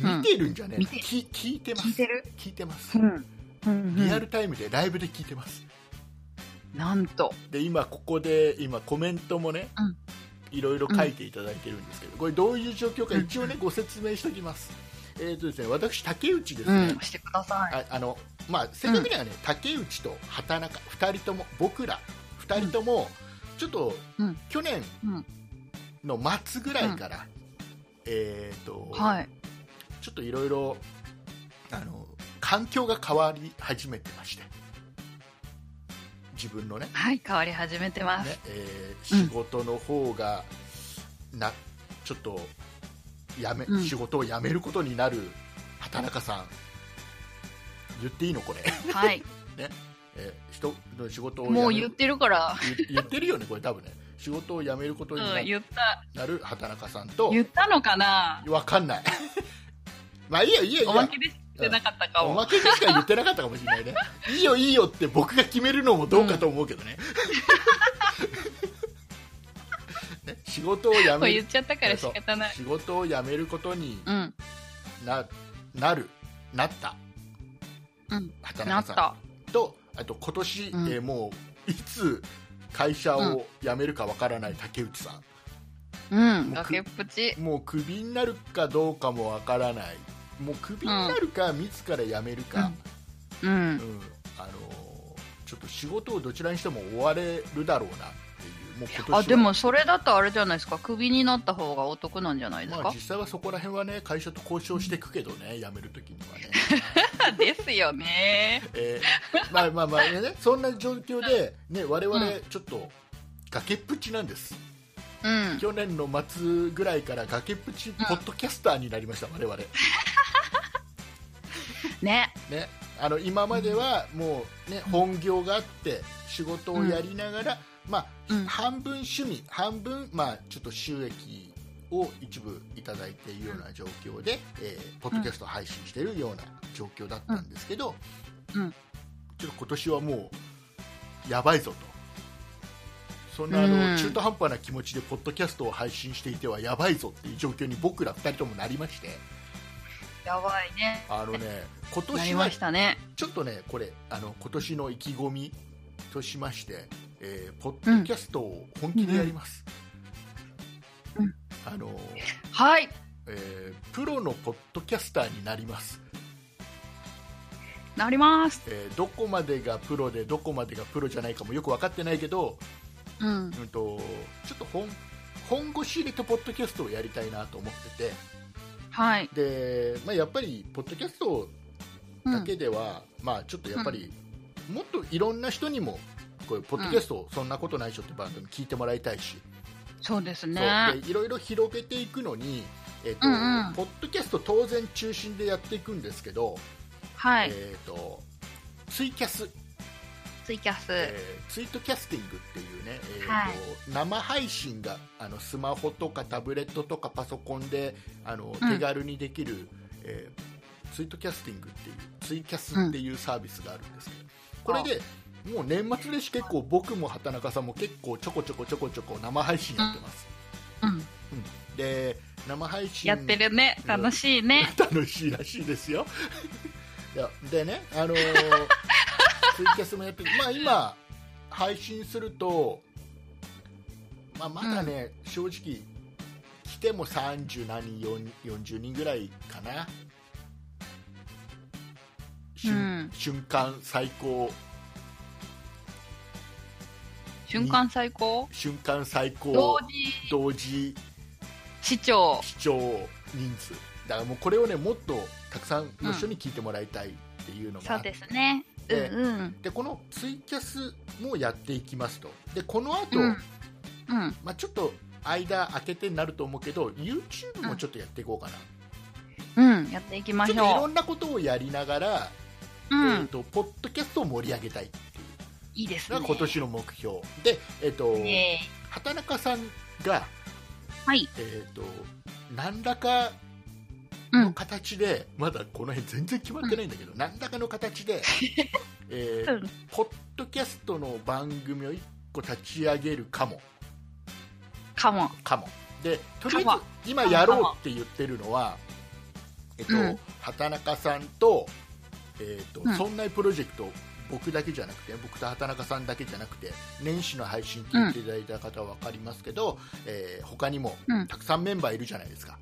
Speaker 1: うん
Speaker 2: 見てるんじゃねえな、
Speaker 1: 見て
Speaker 2: き聞いてます
Speaker 1: 聞いてる
Speaker 2: 聞いてます、
Speaker 1: うん。うん、
Speaker 2: リアルタイムでライブで聞いてます
Speaker 1: なんと。
Speaker 2: で今ここで今コメントもね、
Speaker 1: うん
Speaker 2: いろいろ書いていただいてるんですけどこれどういう状況か一応ねご説明しておきます、えーとですね、私竹内です
Speaker 1: う
Speaker 2: ね、
Speaker 1: ん。してください。
Speaker 2: ああのまあ正確にはね、竹内と畑中2人とも僕ら2人とも、ちょっと、
Speaker 1: うん
Speaker 2: 去年の末ぐらいから、えっ、と、
Speaker 1: はい。
Speaker 2: ちょっといろいろあの環境が変わり始めてまして自分のね
Speaker 1: はい、変わり始めてます。
Speaker 2: ね、えー
Speaker 1: うん
Speaker 2: 仕事の方がなちょっとやめ、
Speaker 1: うん
Speaker 2: 仕事を辞めることになる畑中さん言っていいのこれ (laughs)
Speaker 1: はい。
Speaker 2: えー人の仕事を辞め
Speaker 1: もう言ってるから。
Speaker 2: 言言ってるよね、これ多分ね仕事を辞めることに
Speaker 1: うん、
Speaker 2: な
Speaker 1: 言った。
Speaker 2: なる畑中さんと
Speaker 1: 言ったのかな
Speaker 2: わかんない (laughs) まあいいよ、いいよ、いいよ
Speaker 1: おまけでしてなかったか
Speaker 2: お
Speaker 1: も。
Speaker 2: まけでしか言ってなかったかもしれないね (laughs) いいよ、いいよって僕が決めるのもどうかと思うけど
Speaker 1: (laughs)
Speaker 2: ね,、ね仕事を辞
Speaker 1: こ
Speaker 2: め
Speaker 1: れ言っ
Speaker 2: る
Speaker 1: ちゃったから仕方ない。
Speaker 2: 仕事を辞めることに
Speaker 1: うん。
Speaker 2: ななるなった、
Speaker 1: うん
Speaker 2: 畑
Speaker 1: な
Speaker 2: 中
Speaker 1: っ
Speaker 2: さん
Speaker 1: た。
Speaker 2: とあと今年、
Speaker 1: うん
Speaker 2: えーもういつ会社を辞めるかわからない竹内さ
Speaker 1: うん。
Speaker 2: 僕
Speaker 1: 崖っぷち。
Speaker 2: ん、もうクビになるかどうかもわからないもうクビになるか、自ら辞めるか、
Speaker 1: う
Speaker 2: うん
Speaker 1: ん。
Speaker 2: あのーちょっと仕事をどちらにしても追われるだろうなっていうもう今年は
Speaker 1: あ、でもそれだとあれじゃないですか。クビになった方がお得なんじゃないです
Speaker 2: まあ
Speaker 1: か
Speaker 2: 実際はそこら辺はね会社と交渉していくけどね辞めるときには
Speaker 1: (laughs)
Speaker 2: ね、
Speaker 1: ですよね。
Speaker 2: えーまあまあまあねそんな状況でね我々
Speaker 1: う
Speaker 2: ちょっと崖っぷちなんです
Speaker 1: うん。
Speaker 2: 去年の末ぐらいから崖っぷちポッドキャスターになりました、我々、ね、
Speaker 1: ね。
Speaker 2: あの今まではもう、ね、本業があって仕事をやりながら、まあ
Speaker 1: うん。
Speaker 2: 半分趣味半分、まあ、ちょっと収益を一部いただいているような状況で、えーポッドキャストを配信しているような状況だったんですけど、
Speaker 1: うんうん
Speaker 2: ちょっと今年はもうやばいぞと。そんなあの、
Speaker 1: うん
Speaker 2: 中途半端な気持ちでポッドキャストを配信していてはやばいぞっていう状況に僕ら2人ともなりまして
Speaker 1: やばいね。
Speaker 2: あのね
Speaker 1: (laughs)
Speaker 2: 今
Speaker 1: なり
Speaker 2: 年は
Speaker 1: ましたね。
Speaker 2: ちょっとね、これ、あの今年の意気込みとしまして、えーポッドキャストを本気でやります。
Speaker 1: うん
Speaker 2: あの
Speaker 1: はい。
Speaker 2: えープロのポッドキャスターになります、
Speaker 1: なります。
Speaker 2: えーどこまでがプロでどこまでがプロじゃないかもよく分かってないけど、
Speaker 1: うん。
Speaker 2: うん、とちょっと本本腰入れてポッドキャストをやりたいなと思って
Speaker 1: はい。
Speaker 2: てで、まあ、やっぱりポッドキャスト
Speaker 1: う
Speaker 2: だ
Speaker 1: ん。
Speaker 2: けでは、まあ、ちょっとやっぱり、もっといろんな人にもこういうポッドキャストを「そんなことないでしょ」って番組聞いてもらいたいし、
Speaker 1: そうですね。
Speaker 2: そうでいろいろ広げていくのに、えっと
Speaker 1: うんうん
Speaker 2: ポッドキャスト当然中心でやっていくんですけど、
Speaker 1: はい。
Speaker 2: えっとツイキャス、
Speaker 1: ツイキャス。
Speaker 2: えーツイートキャスティングっていうね、えっと
Speaker 1: はい
Speaker 2: 生配信があのスマホとかタブレットとかパソコンであの
Speaker 1: うん
Speaker 2: 手軽にできる、えーツイートキャスティングっていうツイキャスっていうサービスがあるんですけど、これでもう年末年始結構僕も畑中さんも結構ちょこちょこちょこちょこ生配信やってます、
Speaker 1: うん。
Speaker 2: で生配信
Speaker 1: やってるね。楽しいね。
Speaker 2: 楽しいらしいですよいやでね
Speaker 1: (laughs)
Speaker 2: あのーツイキャスもやってるまあ今配信すると、まあ、まだね、正直来ても30何人40人ぐらいかな、瞬
Speaker 1: うん
Speaker 2: 瞬間最高
Speaker 1: 瞬間最高。
Speaker 2: 瞬間最
Speaker 1: 同
Speaker 2: 高
Speaker 1: 時
Speaker 2: 同時
Speaker 1: 視聴。
Speaker 2: 視聴人数だからもうこれをねもっとたくさんの人に聞いてもらいたいっていうのが
Speaker 1: そ
Speaker 2: あ
Speaker 1: う
Speaker 2: って
Speaker 1: ですね。うん
Speaker 2: で
Speaker 1: うん。
Speaker 2: でこのツイキャスもやっていきますとでこの後、
Speaker 1: うん。うん。
Speaker 2: まあちょっと間空けてになると思うけど YouTube もちょっとやっていこうかな、
Speaker 1: うん、やっていきま
Speaker 2: ちょ
Speaker 1: し
Speaker 2: っといろ
Speaker 1: ょ
Speaker 2: んなことをやりながら、
Speaker 1: う。う
Speaker 2: えー、
Speaker 1: ん、
Speaker 2: とポッドキャストを盛り上げたいっていう
Speaker 1: いいです
Speaker 2: の
Speaker 1: ね。
Speaker 2: が今年の目標で、えーと
Speaker 1: ね
Speaker 2: 畑中さんが、
Speaker 1: はい。
Speaker 2: えー、と何らか
Speaker 1: うん
Speaker 2: 形でまだこの辺全然決まってないんだけど、何らかの
Speaker 1: (laughs)
Speaker 2: 形で、えー
Speaker 1: うん
Speaker 2: ポッドキャストの番組を1個立ち上げるかも
Speaker 1: かも。
Speaker 2: かもでとりあえ
Speaker 1: かも
Speaker 2: ず今やろうって言ってるのは、えっ
Speaker 1: う
Speaker 2: と
Speaker 1: ん
Speaker 2: 畑中さんと,、えっと
Speaker 1: うん
Speaker 2: そんなプロジェクト僕だけじゃなくて僕と畑中さんだけじゃなくて年始の配信聞いていただいた方は分かりますけど、えー他にも
Speaker 1: うん
Speaker 2: たくさんメンバーいるじゃないですか、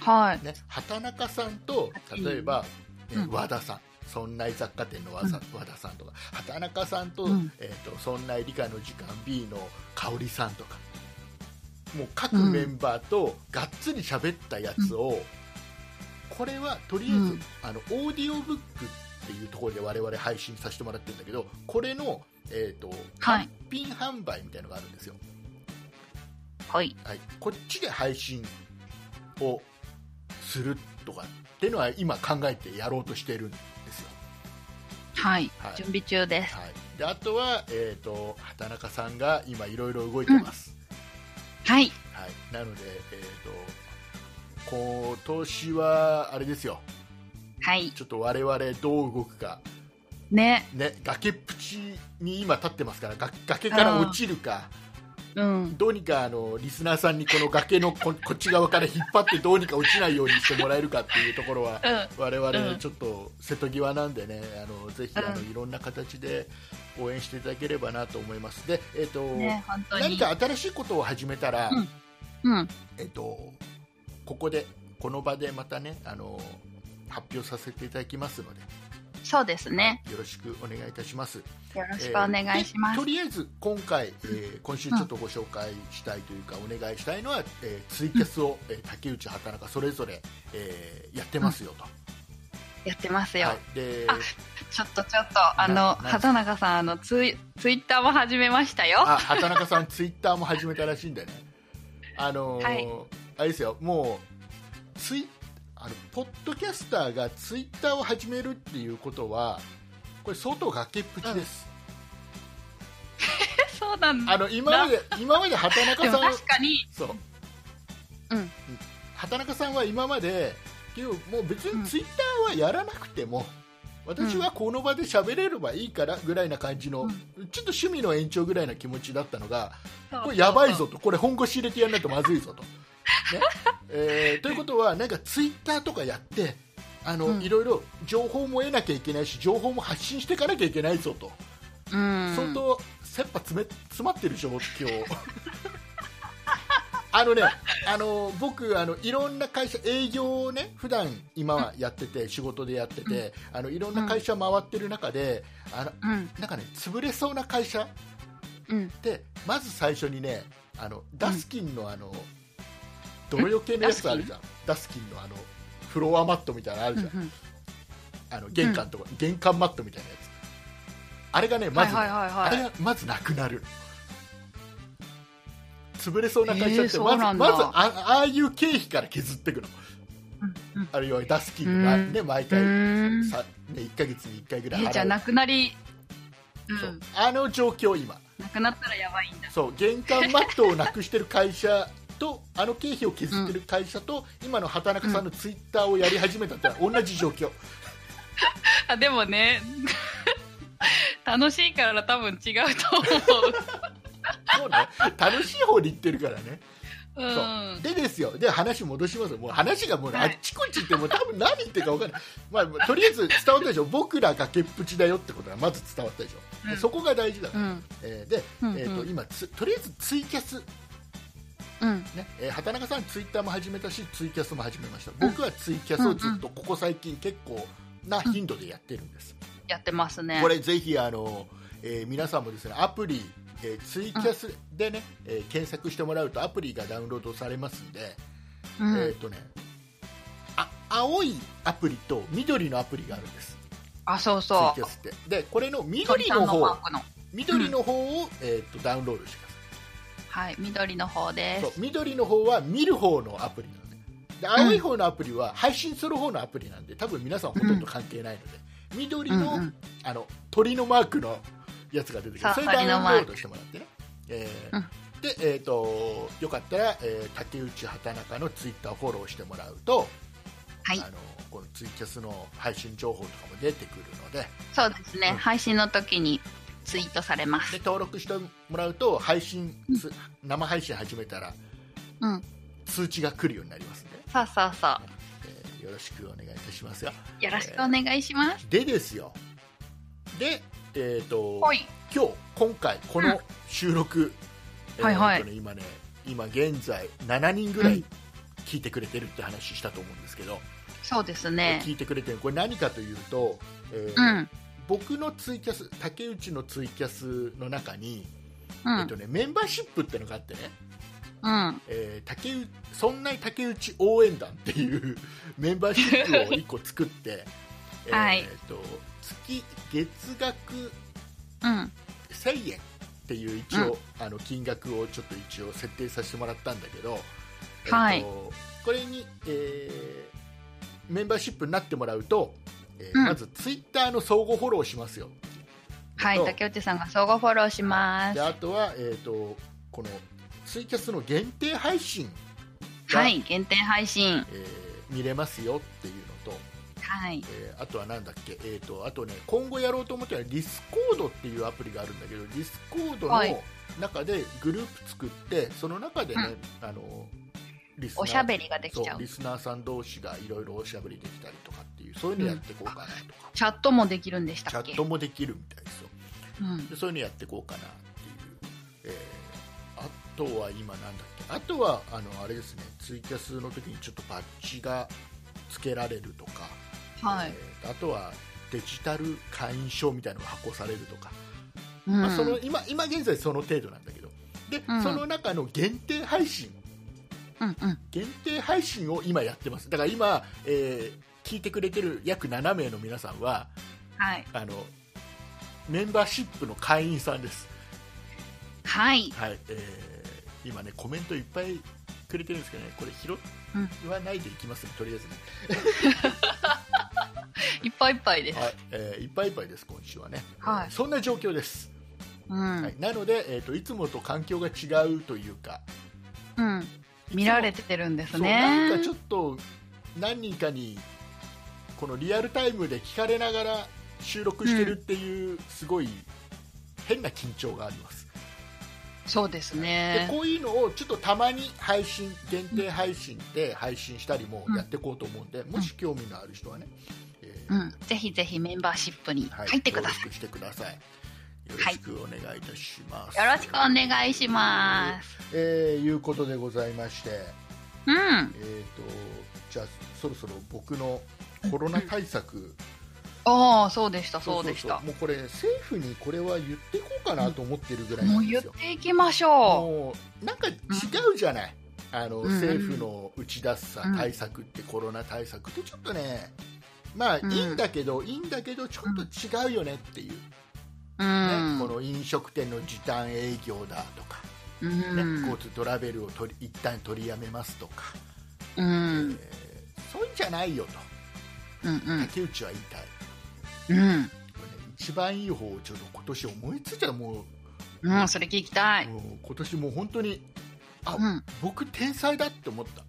Speaker 1: はい。
Speaker 2: ね、畑中さんと例えば、
Speaker 1: うん
Speaker 2: ね和田さんそんない雑貨店の和田,、和田さんとか畑中さんと,、
Speaker 1: うん
Speaker 2: えー、とそんない理科の時間 B の香織さんとかもう各
Speaker 1: うん
Speaker 2: メンバーとがっつり喋ったやつを、これはとりあえず、
Speaker 1: うん
Speaker 2: あのオーディオブックっていうところで我々配信させてもらってるんだけどこれの、えーと
Speaker 1: はい
Speaker 2: 単品販売みたいなのがあるんですよ、
Speaker 1: はい。
Speaker 2: はい、こっちで配信をするとかっていうのは今考えてやろうとしてるんですよ、
Speaker 1: はい
Speaker 2: はい。
Speaker 1: 準備中です。
Speaker 2: はい、であとは、えー、と畑中さんが今いろいろ動いてます、
Speaker 1: はい。
Speaker 2: はい、なので、えー、と今年はあれですよ
Speaker 1: はい。
Speaker 2: ちょっと我々どう動くか、
Speaker 1: ね。
Speaker 2: ね、崖っぷちに今立ってますからが崖から落ちるか
Speaker 1: うん。
Speaker 2: どうにかあのリスナーさんにこの崖のここっち側から引っ張ってどうにか落ちないようにしてもらえるかっていうところは
Speaker 1: うん。
Speaker 2: 我々
Speaker 1: うん
Speaker 2: ちょっと瀬戸際なんでね、あのぜひあの
Speaker 1: う
Speaker 2: いろんな形で応援していただければなと思いますで、えっと
Speaker 1: ね、本当
Speaker 2: 何
Speaker 1: に。
Speaker 2: か新しいことを始めたら、
Speaker 1: うんうん。
Speaker 2: えっとここでこの場でまたねあの発表させていただきますので、
Speaker 1: そうですね。
Speaker 2: はいよろしくお願いいたします。
Speaker 1: よろしくお願いしま
Speaker 2: えー
Speaker 1: す
Speaker 2: でと。りあえず今回、えー今週ちょっとご紹介したいというか、お願いしたいのは、えーツイキャスを、えー竹内畑中それぞれ、えーやってますよと、
Speaker 1: やってますよ。
Speaker 2: はい、で
Speaker 1: あちょっとちょっと、あの、
Speaker 2: な
Speaker 1: 畑中さん、あの、ツイ、ツイッターも始めましたよ。
Speaker 2: あ畑中さんツイッターも始めたらしいんだよねあのー
Speaker 1: はい
Speaker 2: あれですよもうツイあのポッドキャスターがツイッターを始めるっていうことはこれ相当崖っぷちです、
Speaker 1: そうなんだ。
Speaker 2: あの今まで今まで畑中
Speaker 1: でも
Speaker 2: さん
Speaker 1: 確かに、
Speaker 2: そう
Speaker 1: うん。
Speaker 2: 畑中さんは今までけどもう別にツイッターはやらなくても、私はこの場で喋れればいいからぐらいな感じの、
Speaker 1: うん
Speaker 2: ちょっと趣味の延長ぐらいな気持ちだったのが、
Speaker 1: そう
Speaker 2: これやばいぞ。と、これ本腰入れてやらないとまずいぞ
Speaker 1: (laughs)
Speaker 2: と。ねえーということは、なんかツイッターとかやって、あの
Speaker 1: うん
Speaker 2: いろいろ情報も得なきゃいけないし、情報も発信していかなきゃいけないぞと、
Speaker 1: うん。
Speaker 2: 相当切羽詰め詰まってる状況 (laughs) あのねあの僕あのいろんな会社営業をね普段今はやってて仕事でやっててあのいろんな会社回ってる中であの
Speaker 1: うん。
Speaker 2: なんかね潰れそうな会社っ
Speaker 1: うん。
Speaker 2: てまず最初にねあのダスキンのあの泥よけのやつあるじゃんダスキンのあのフロアマットみたいなのある
Speaker 1: う
Speaker 2: じゃん、
Speaker 1: ん。
Speaker 2: あの玄関とか、玄関マットみたいなやつあれがねまずね、
Speaker 1: はいはいはいはい
Speaker 2: あれがまずなくなる潰れそうな会社
Speaker 1: え
Speaker 2: っ
Speaker 1: ー
Speaker 2: て
Speaker 1: そ
Speaker 2: ま
Speaker 1: う
Speaker 2: ず,、
Speaker 1: なんだ
Speaker 2: まずあああいう経費から削っていくの
Speaker 1: うん
Speaker 2: あるいはダスキンが、ね、毎回
Speaker 1: うーん
Speaker 2: さ、ね、1か月に1回ぐらい
Speaker 1: え
Speaker 2: 払う
Speaker 1: じゃあなくなり、う。
Speaker 2: そうんあの状況今
Speaker 1: なくなったらやばいんだ。
Speaker 2: そう玄関マットをなくしてる会社とあの経費を削ってる会
Speaker 1: (laughs)
Speaker 2: 社と、今の畑中さんのツイッターをやり始めたってのは同じ状況
Speaker 1: あ、でもね、 (laughs) 楽しいから多分違うと思う。
Speaker 2: そうね楽しい方に行ってるからね
Speaker 1: う。
Speaker 2: そうんでですよで話戻しますよもう話がもうね、
Speaker 1: はい
Speaker 2: あっちこっち行ってもう多分何言ってるか分からない、まあまあ、とりあえず伝わったでしょ僕ら崖っぷちだよってことがまず伝わったでしょ、
Speaker 1: うん
Speaker 2: そこが大事だか
Speaker 1: う
Speaker 2: ら、
Speaker 1: ん。
Speaker 2: えーで、
Speaker 1: うん
Speaker 2: えー、と
Speaker 1: うん
Speaker 2: 今つとりあえずツイキャス、
Speaker 1: うん。
Speaker 2: ねえー畑中さんツイッターも始めたしツイキャスも始めました僕はツイキャスをずっとここ最近結構な頻度でやってるんです、
Speaker 1: やってますね。
Speaker 2: これぜひあの、えー皆さんもですねアプリ、えーツイキャスでね、えー検索してもらうとアプリがダウンロードされますんで、
Speaker 1: う
Speaker 2: えー
Speaker 1: ん。
Speaker 2: っとねあ青いアプリと緑のアプリがあるんです
Speaker 1: あ、そう
Speaker 2: ツイ
Speaker 1: そ
Speaker 2: キ
Speaker 1: う
Speaker 2: ャ。スってでこれの
Speaker 1: 鳥
Speaker 2: 緑
Speaker 1: さん
Speaker 2: の
Speaker 1: の
Speaker 2: 方
Speaker 1: マークの。
Speaker 2: 緑の方を、えーっとダウンロードしてく
Speaker 1: はい、緑の方
Speaker 2: だ
Speaker 1: で
Speaker 2: さい
Speaker 1: す。
Speaker 2: そう緑の方は見る方のアプリなのねで青い方のアプリは配信する方のアプリなんで多分皆さんほとんど関係ないので、緑の,、
Speaker 1: うんうん
Speaker 2: あの鳥のマークのやつが出てき
Speaker 1: そ
Speaker 2: て
Speaker 1: う
Speaker 2: それダウンロ
Speaker 1: 鳥のマー
Speaker 2: ー
Speaker 1: ク
Speaker 2: ドしてもらってね、えー
Speaker 1: うん
Speaker 2: でえーっとよかったら、えー竹内畑中のツイッターをフォローしてもらうと、
Speaker 1: はい
Speaker 2: あのこのツイキャスの配信情報とかも出てくるので
Speaker 1: そうですね、
Speaker 2: うん
Speaker 1: 配信の時にツイートされます
Speaker 2: で登録してもらうと配信つ生配信始めたら
Speaker 1: うん
Speaker 2: 通知が来るようになりますので、
Speaker 1: そうそうそう
Speaker 2: えーよろしくお願いいたしますよ
Speaker 1: よろしくお願いします、
Speaker 2: でですよでえっ、と
Speaker 1: はい
Speaker 2: 今日今回この収録、えー
Speaker 1: はいはい
Speaker 2: えーとね今ね今現在7人ぐらい聞いてくれてるって話したと思うんですけど、
Speaker 1: そうですね
Speaker 2: 聞いてくれてるこれ何かというと、え
Speaker 1: う
Speaker 2: ー
Speaker 1: ん
Speaker 2: 僕のツイキャス竹内のツイキャスの中に、
Speaker 1: うん、
Speaker 2: えっとね、メンバーシップってのがあってね、
Speaker 1: うん
Speaker 2: えー竹内そんな竹内応援団っていうメンバーシップを1個作って、
Speaker 1: (laughs)
Speaker 2: えー
Speaker 1: はい
Speaker 2: と月月額
Speaker 1: うん
Speaker 2: 1000円っていう一応、あの金額をちょっと一応設定させてもらったんだけど、
Speaker 1: はい
Speaker 2: えーとこれに、えーメンバーシップになってもらうと、えー
Speaker 1: うん
Speaker 2: まずツイッターの相互フォローをしますよ
Speaker 1: はい
Speaker 2: えっと
Speaker 1: 竹内さんが相互フォローしま
Speaker 2: ですあとは、えー、とこのツイキャスの限定配信が、
Speaker 1: はい限定配信
Speaker 2: えー見れますよっていうのと、
Speaker 1: はい
Speaker 2: えーあとはなんだっけ、えー、とあとね今後やろうと思ってるのはディスコードっていうアプリがあるんだけどディスコード
Speaker 1: はい
Speaker 2: の中でグループ作ってその中でね、あのリスナー
Speaker 1: おしゃべりができちゃう
Speaker 2: そリスナーさん同士がいろいろおしゃべりできたりとかっていうそういうのやっていこうかなとか、
Speaker 1: チャットもできるんでしたっ
Speaker 2: チャ
Speaker 1: け
Speaker 2: ットもできるみたいですよ
Speaker 1: うん
Speaker 2: でそういうのやっていこうかなっていう、えーあとは今なんだっけあとはあのあれですねツイキャスの時にちょっとバッジがつけられるとか
Speaker 1: はい、
Speaker 2: えーあとはデジタル会員証みたいなのが発行されるとか、
Speaker 1: うん
Speaker 2: まあ、その今今現在その程度なんだけどで、
Speaker 1: うん
Speaker 2: その中の限定配信
Speaker 1: うんうん
Speaker 2: 限定配信を今やってますだから今、えー聞いてくれてる約7名の皆さんは
Speaker 1: はい
Speaker 2: あのメンバーシップの会員さんです、
Speaker 1: はい
Speaker 2: はいえー今ねコメントいっぱいくれてるんですけどねこれ拾わないでいきますね、とりあえずね、
Speaker 1: いっぱいいっぱいです、
Speaker 2: はいえーいっぱいいっぱいです今週はね、
Speaker 1: はい
Speaker 2: えーそんな状況です
Speaker 1: うん、
Speaker 2: はい、なので、えー、といつもと環境が違うというか
Speaker 1: うん見られてるんで
Speaker 2: そ
Speaker 1: す
Speaker 2: う
Speaker 1: ね
Speaker 2: なんかちょっと何人かにこのリアルタイムで聞かれながら収録してるっていうすごい変な緊張があります、
Speaker 1: そうです
Speaker 2: で
Speaker 1: ね
Speaker 2: こういうのをちょっとたまに配信限定配信で配信したりもやっていこうと思うんで、もし興味のある人はね、えー
Speaker 1: うんぜひぜひメンバーシップに
Speaker 2: はい
Speaker 1: 入ってください、
Speaker 2: 登録してくださいよろしくお願いいたします、
Speaker 1: よろしくお願いします
Speaker 2: す、えーいうことでございまして
Speaker 1: うん
Speaker 2: えー、とじゃあそろそろ僕のコロナ対策、
Speaker 1: ああそうでしたそうでした
Speaker 2: そうそうもうこれ政府にこれは言っていこうかなと思ってるぐらいな
Speaker 1: もうん
Speaker 2: で
Speaker 1: 言っ
Speaker 2: すよ、
Speaker 1: ていきましょ
Speaker 2: もうなんか違うじゃない、あの
Speaker 1: うん
Speaker 2: 政府の打ち出すさ
Speaker 1: うん
Speaker 2: 対策って、コロナ対策ってちょっとねまあい
Speaker 1: うん
Speaker 2: いんだけど、いいんだけどちょっと違うよねっていう、ね
Speaker 1: ううん
Speaker 2: この飲食店の時短営業だとか、
Speaker 1: う
Speaker 2: ね
Speaker 1: ん
Speaker 2: GoTo トラベルを取り一旦取りやめますとか、
Speaker 1: うんうん
Speaker 2: えーそういうんじゃないよと
Speaker 1: うん
Speaker 2: 竹内は言いたい、
Speaker 1: うん
Speaker 2: 一番いい方をちょっと今年思いついたらも
Speaker 1: うんそれ聞きた
Speaker 2: う,、
Speaker 1: い
Speaker 2: もう今年もう本当にあ、
Speaker 1: うん
Speaker 2: 僕天才だって思った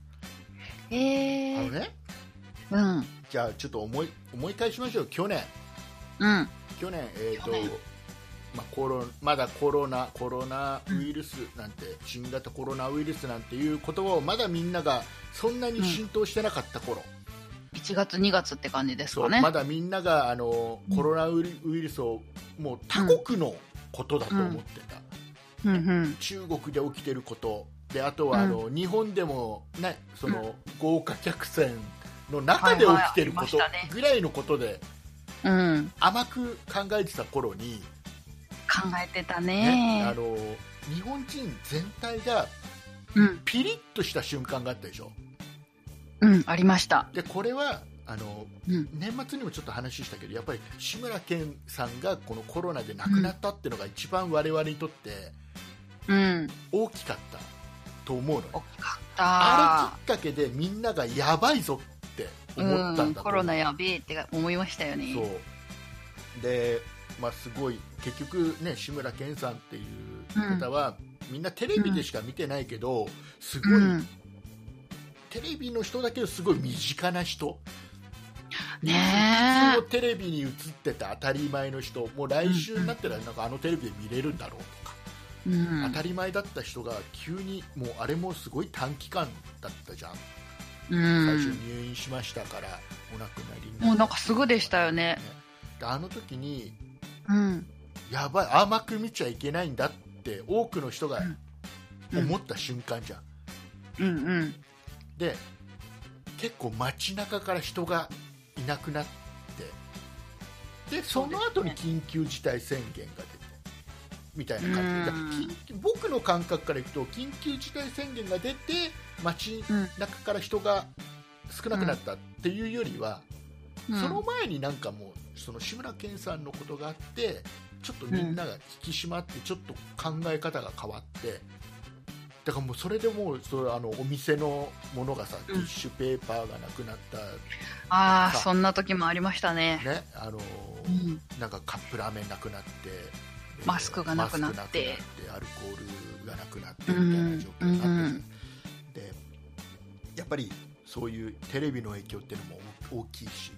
Speaker 1: え
Speaker 2: あの
Speaker 1: え
Speaker 2: ね
Speaker 1: うん
Speaker 2: じゃあちょっと思い思い返しましょう去年
Speaker 1: うん
Speaker 2: 去年えっ、
Speaker 1: 去
Speaker 2: と
Speaker 1: 年
Speaker 2: まあ、コロまだコロナコロナウイルスなんて、新型コロナウイルスなんていう言葉をまだみんながそんなに浸透してなかった頃、
Speaker 1: 1月2月って感じです
Speaker 2: そ
Speaker 1: か
Speaker 2: う
Speaker 1: ね
Speaker 2: まだみんながあのコロナウイルスをもう他国のことだと思ってた、
Speaker 1: うんうん
Speaker 2: 中国で起きてることであとはあの、日本でも、ね、その豪華客船の中で起きてること
Speaker 1: はいはいありましたね
Speaker 2: ぐらいのことで
Speaker 1: うん
Speaker 2: 甘く考えてた頃に、
Speaker 1: 考えてた
Speaker 2: ねあ
Speaker 1: ね
Speaker 2: の日本人全体が
Speaker 1: うん
Speaker 2: ピリッとした瞬間があったでしょ
Speaker 1: うんありました
Speaker 2: でこれはあの
Speaker 1: うん
Speaker 2: 年末にもちょっと話したけどやっぱり志村けんさんがこのコロナで亡くなったっていうのが一番我々にとって
Speaker 1: うん
Speaker 2: 大きかったと思うのよ
Speaker 1: 大きかっ
Speaker 2: あ
Speaker 1: た
Speaker 2: れきっかけでみんながやばいぞって思った
Speaker 1: うんん
Speaker 2: だと思う
Speaker 1: コロナやべえって思いましたよね
Speaker 2: そうで、まあ、すごい結局、ね、志村けんさんっていう方は、みんなテレビでしか見てないけどすごい
Speaker 1: うん
Speaker 2: テレビの人だけどすごい身近な人
Speaker 1: ね
Speaker 2: 普通の
Speaker 1: え
Speaker 2: テレビに映ってて当たり前の人もう来週になったらなんかあのテレビで見れるんだろうとか、
Speaker 1: うん
Speaker 2: 当たり前だった人が急にもうあれもすごい短期間だったじゃん、
Speaker 1: う
Speaker 2: 最初
Speaker 1: ん
Speaker 2: 入院しましたからお亡くなりにな
Speaker 1: もうなんかすぐでしたよね
Speaker 2: であの時に
Speaker 1: うん
Speaker 2: やばい甘く見ちゃいけないんだって多くの人が思った瞬間じゃん、
Speaker 1: うんうん
Speaker 2: で結構街中から人がいなくなってでその後に緊急事態宣言が出てみたいな感じで
Speaker 1: うん
Speaker 2: だから緊急僕の感覚からいくと緊急事態宣言が出て街
Speaker 1: うん
Speaker 2: 中から人が少なくなったっていうよりは、
Speaker 1: うん
Speaker 2: その前になんかもうその志村けんさんのことがあってちょっとみんなが引き締まってちょっと考え方が変わってだからもうそれでもうそれあのお店のものがさテ
Speaker 1: うん
Speaker 2: ィッシュペーパーがなくなった、
Speaker 1: ああ
Speaker 2: さ
Speaker 1: そんな時もありましたね
Speaker 2: ねあの
Speaker 1: うん
Speaker 2: なんかカップラーメンなくなって
Speaker 1: マスクがなくなって
Speaker 2: マスクなくなってアルコールがなくなってみたいな状況になってる、でやっぱりそういうテレビの影響っていうのも大大きいし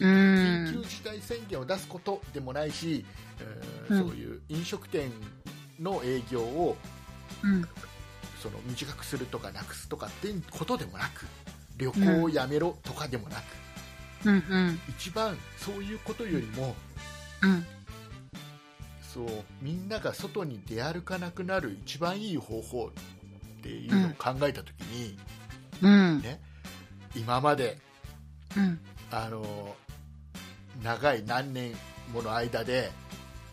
Speaker 1: う
Speaker 2: 緊
Speaker 1: ん
Speaker 2: 急事態宣言を出すことでもないし、え
Speaker 1: う
Speaker 2: ー
Speaker 1: ん
Speaker 2: そういう飲食店の営業を
Speaker 1: うん
Speaker 2: その短くするとかなくすとかっていうことでもなく旅行をやめろとかでもなく、
Speaker 1: うんうん
Speaker 2: 一番そういうことよりも
Speaker 1: うん
Speaker 2: そうみんなが外に出歩かなくなる一番いい方法っていうのを考えた時に、
Speaker 1: うん
Speaker 2: 今まで
Speaker 1: うん
Speaker 2: あの長い何年もの間で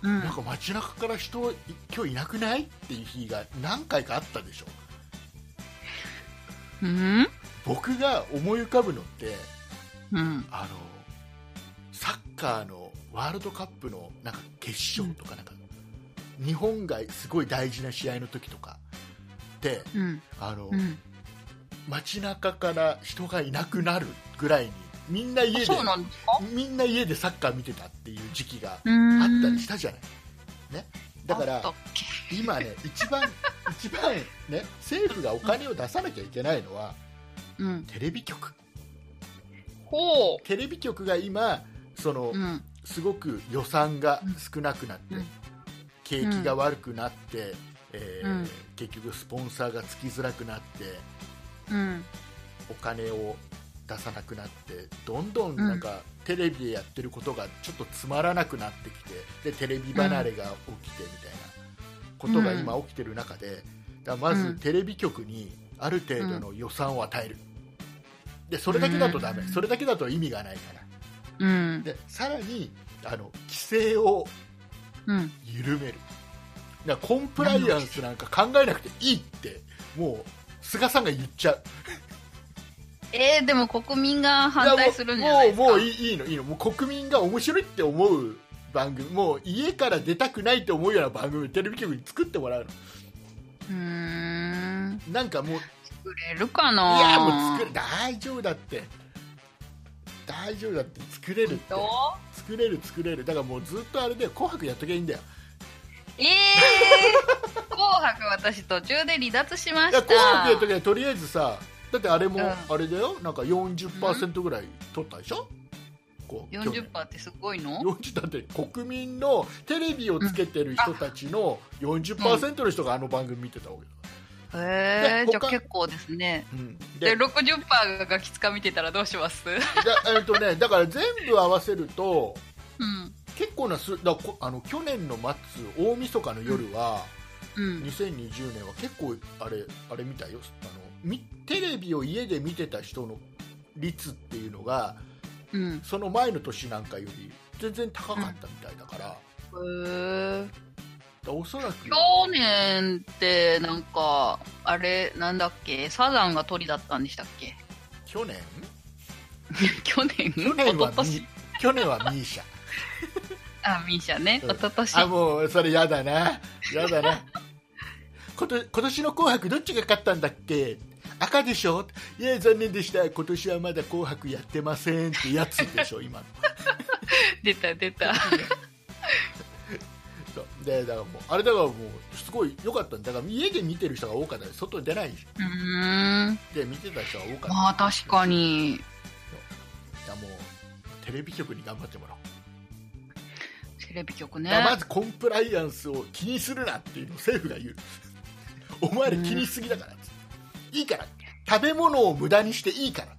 Speaker 1: うん
Speaker 2: なんか街中から人い今日いなくないっていう日が何回かあったでしょ
Speaker 1: うん
Speaker 2: 僕が思い浮かぶのって
Speaker 1: うん
Speaker 2: あのサッカーのワールドカップのなんか決勝とかなんか、日本がすごい大事な試合の時とかで
Speaker 1: うん
Speaker 2: あの、
Speaker 1: うん
Speaker 2: 街中から人がいなくなるぐらいにみんな家
Speaker 1: あ
Speaker 2: で
Speaker 1: そうなんですか
Speaker 2: みんな家でサッカー見てたっていう時期があ
Speaker 1: あ
Speaker 2: ったりしたじゃない、ね、だか
Speaker 1: あ
Speaker 2: ら
Speaker 1: ったっけ
Speaker 2: 今ね一番一番ね政府がお金を出さなきゃいけないのは
Speaker 1: うん
Speaker 2: テレビ局
Speaker 1: ほ
Speaker 2: テレビ局が今その、
Speaker 1: ううん
Speaker 2: すごく予算が少なくなって、
Speaker 1: うん
Speaker 2: 景気が悪くなって、えー
Speaker 1: うん
Speaker 2: 結局スポンサーがつきづらくなって
Speaker 1: うん
Speaker 2: お金を出さなくなってどんどんなんか、テレビでやってることがちょっとつまらなくなってきてでテレビ離れが起きてみたいなことが今起きてる中で、だからま
Speaker 1: う
Speaker 2: ず
Speaker 1: ん
Speaker 2: テレビ局にある程度の予算を与えるでそれだけだとダメ、
Speaker 1: うん
Speaker 2: それだけだと意味がないから
Speaker 1: うん
Speaker 2: でさらにあの規制を
Speaker 1: うん
Speaker 2: 緩めるだからコンプライアンスなんか考えなくていいってもう菅さんが言っちゃう
Speaker 1: えーでも国民が反対するんじゃないですか
Speaker 2: やもうもうもういいいいのいいのもう国民が面白いって思う番組もう家から出たくないって思うような番組テレビ局に作ってもらう
Speaker 1: うーん
Speaker 2: のなんかもうい
Speaker 1: 作れるかな
Speaker 2: やもう作る大丈夫だって大丈夫だって作れるって
Speaker 1: どう
Speaker 2: 作れる作れるだからもうずっとあれで「紅白」やっときゃいいんだよ
Speaker 1: えー、紅白私途中で離脱しま
Speaker 2: いや
Speaker 1: し
Speaker 2: 紅白やったときゃとりあえずさだってあれも、
Speaker 1: うん
Speaker 2: あれだよなんか40%ぐらい取ったでしょ、こう去年
Speaker 1: 40%ってすごいの
Speaker 2: 40だって国民のテレビをつけてる人たちの40%の人があの番組見てたわけだか
Speaker 1: へえ
Speaker 2: で
Speaker 1: じゃあ
Speaker 2: 他
Speaker 1: 結構ですね
Speaker 2: ら、うん
Speaker 1: で
Speaker 2: でだ
Speaker 1: 60%がガキつか見てたらどうします
Speaker 2: えっとね、だから全部合わせると
Speaker 1: うん
Speaker 2: 結構なすだこあの去年の末大晦日の夜は、
Speaker 1: うん
Speaker 2: 2020年は結構あれあれみたいよあのみテレビを家で見てた人の率っていうのが
Speaker 1: うん
Speaker 2: その前の年なんかより全然高かったみたいだから、
Speaker 1: へえ
Speaker 2: だおそらく
Speaker 1: 去年ってなんかあれなんだっけサザンが鳥だったんでしたっけ
Speaker 2: 去年
Speaker 1: 去年
Speaker 2: 去年
Speaker 1: 一
Speaker 2: は
Speaker 1: 昨年
Speaker 2: ミ去年はミーシャ
Speaker 1: あミーシャね
Speaker 2: うん
Speaker 1: 一昨年
Speaker 2: あもうそれやだなやだなこと今年の「紅白」どっちが勝ったんだっけ赤でしょいや残念でした今年はまだ「紅白」やってませんってやつでしょ今の
Speaker 1: 出た出た
Speaker 2: そうでだからもうあれだからもうすごい良かったんだから家で見てる人が多かったです外に出ない人
Speaker 1: うーん
Speaker 2: で見てた人が多かった
Speaker 1: まあ確かに
Speaker 2: いやもうテレビ局に頑張ってもらおう、
Speaker 1: テレビ局ね
Speaker 2: だからまずコンプライアンスを気にするなっていうのを政府が言う (laughs) お前ら気にしすぎだからっつって、いいから食べ物を無駄にしていいから、ね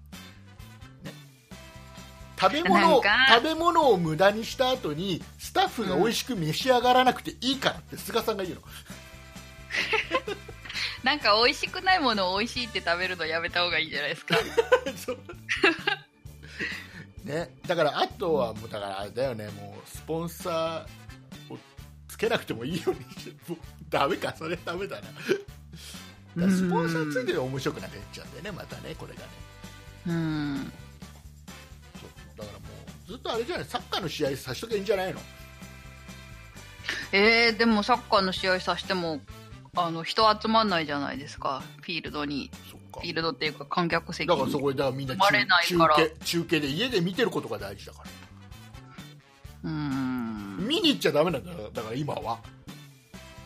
Speaker 2: 食べ物を
Speaker 1: なんか
Speaker 2: 食べ物を無駄にした後にスタッフが美味しく召し上がらなくていいからって菅さんが言うの (laughs)
Speaker 1: なんか美味しくないものを美味しいって食べるのやめた方がいいんじゃないですか
Speaker 2: そうね、だからあとはもうだからあれだよねもうスポンサーをつけなくてもいいようにしてもうダメかそれダメだなだからスポンサーついてるの面白くなくなっちゃうんだよねまたねこれがね
Speaker 1: うん
Speaker 2: そうだからもうずっとあれじゃないサッカーの試合さしとけばいいんじゃないの
Speaker 1: えー、でもサッカーの試合させてもあの人集まんないじゃないですかフィールドに
Speaker 2: そっか
Speaker 1: フィールドっていうか観客席に
Speaker 2: だからそこでだからみんな
Speaker 1: バレないから
Speaker 2: 中継中継で家で見てることが大事だから
Speaker 1: うーん
Speaker 2: 見に行っちゃダメなんだよだから今は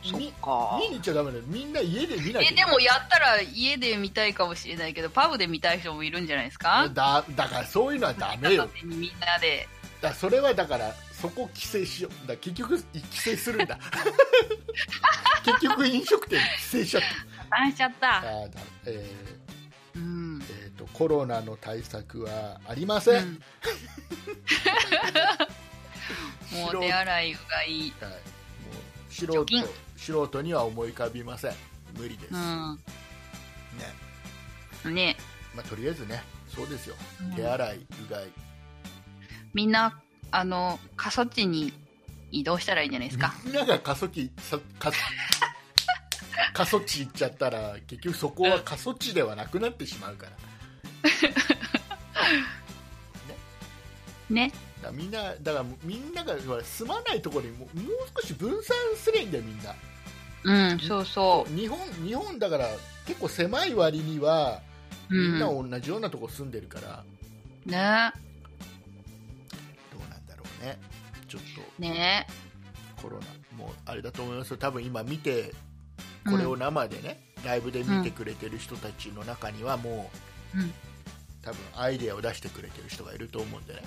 Speaker 1: そっ
Speaker 2: み
Speaker 1: か
Speaker 2: 見に行っちゃダメだよみんな家で見なきゃい
Speaker 1: え
Speaker 2: けない
Speaker 1: でもやったら家で見たいかもしれないけどパブで見たい人もいるんじゃないですか
Speaker 2: だだからそういうのはダ
Speaker 1: (laughs)
Speaker 2: メよ
Speaker 1: 片手にみんなで
Speaker 2: だからそれはだからそこ規制しようだから結局規制するんだ (laughs) 結局飲食店規制しちゃっ
Speaker 1: (laughs) あしちゃったた
Speaker 2: あーだえ
Speaker 1: うん
Speaker 2: ーえーとコロナの対策はありません、
Speaker 1: うんもう手洗いうがいい
Speaker 2: はい、もう素
Speaker 1: 貯金
Speaker 2: 人素人には思い浮かびません無理です、ね
Speaker 1: うんね
Speaker 2: まあ、とりあえずねそうですよ
Speaker 1: うん
Speaker 2: 手洗いうがい、
Speaker 1: みんなあの過疎地に移動したらいいんじゃないですか
Speaker 2: みんなが過疎地さ過 (laughs) 過疎地行っちゃったら結局そこは過疎地ではなくなってしまうから
Speaker 1: ね
Speaker 2: だからみんなだからみんながほら住まないところにももう少し分散すりゃいいんだよみんな
Speaker 1: うんそうそ
Speaker 2: 日本日本だから結構狭い割には
Speaker 1: う
Speaker 2: みんな
Speaker 1: うん
Speaker 2: 同じようなとこ住んでるから、
Speaker 1: ね
Speaker 2: どうなんだろうねちょっ
Speaker 1: ね
Speaker 2: とコロナもうあれだと思いますよ多分今見てこれを生でね、ライブで見てくれてる人たちの中にはもう、
Speaker 1: うん
Speaker 2: 多分アイデアを出してくれてる人がいると思うんでね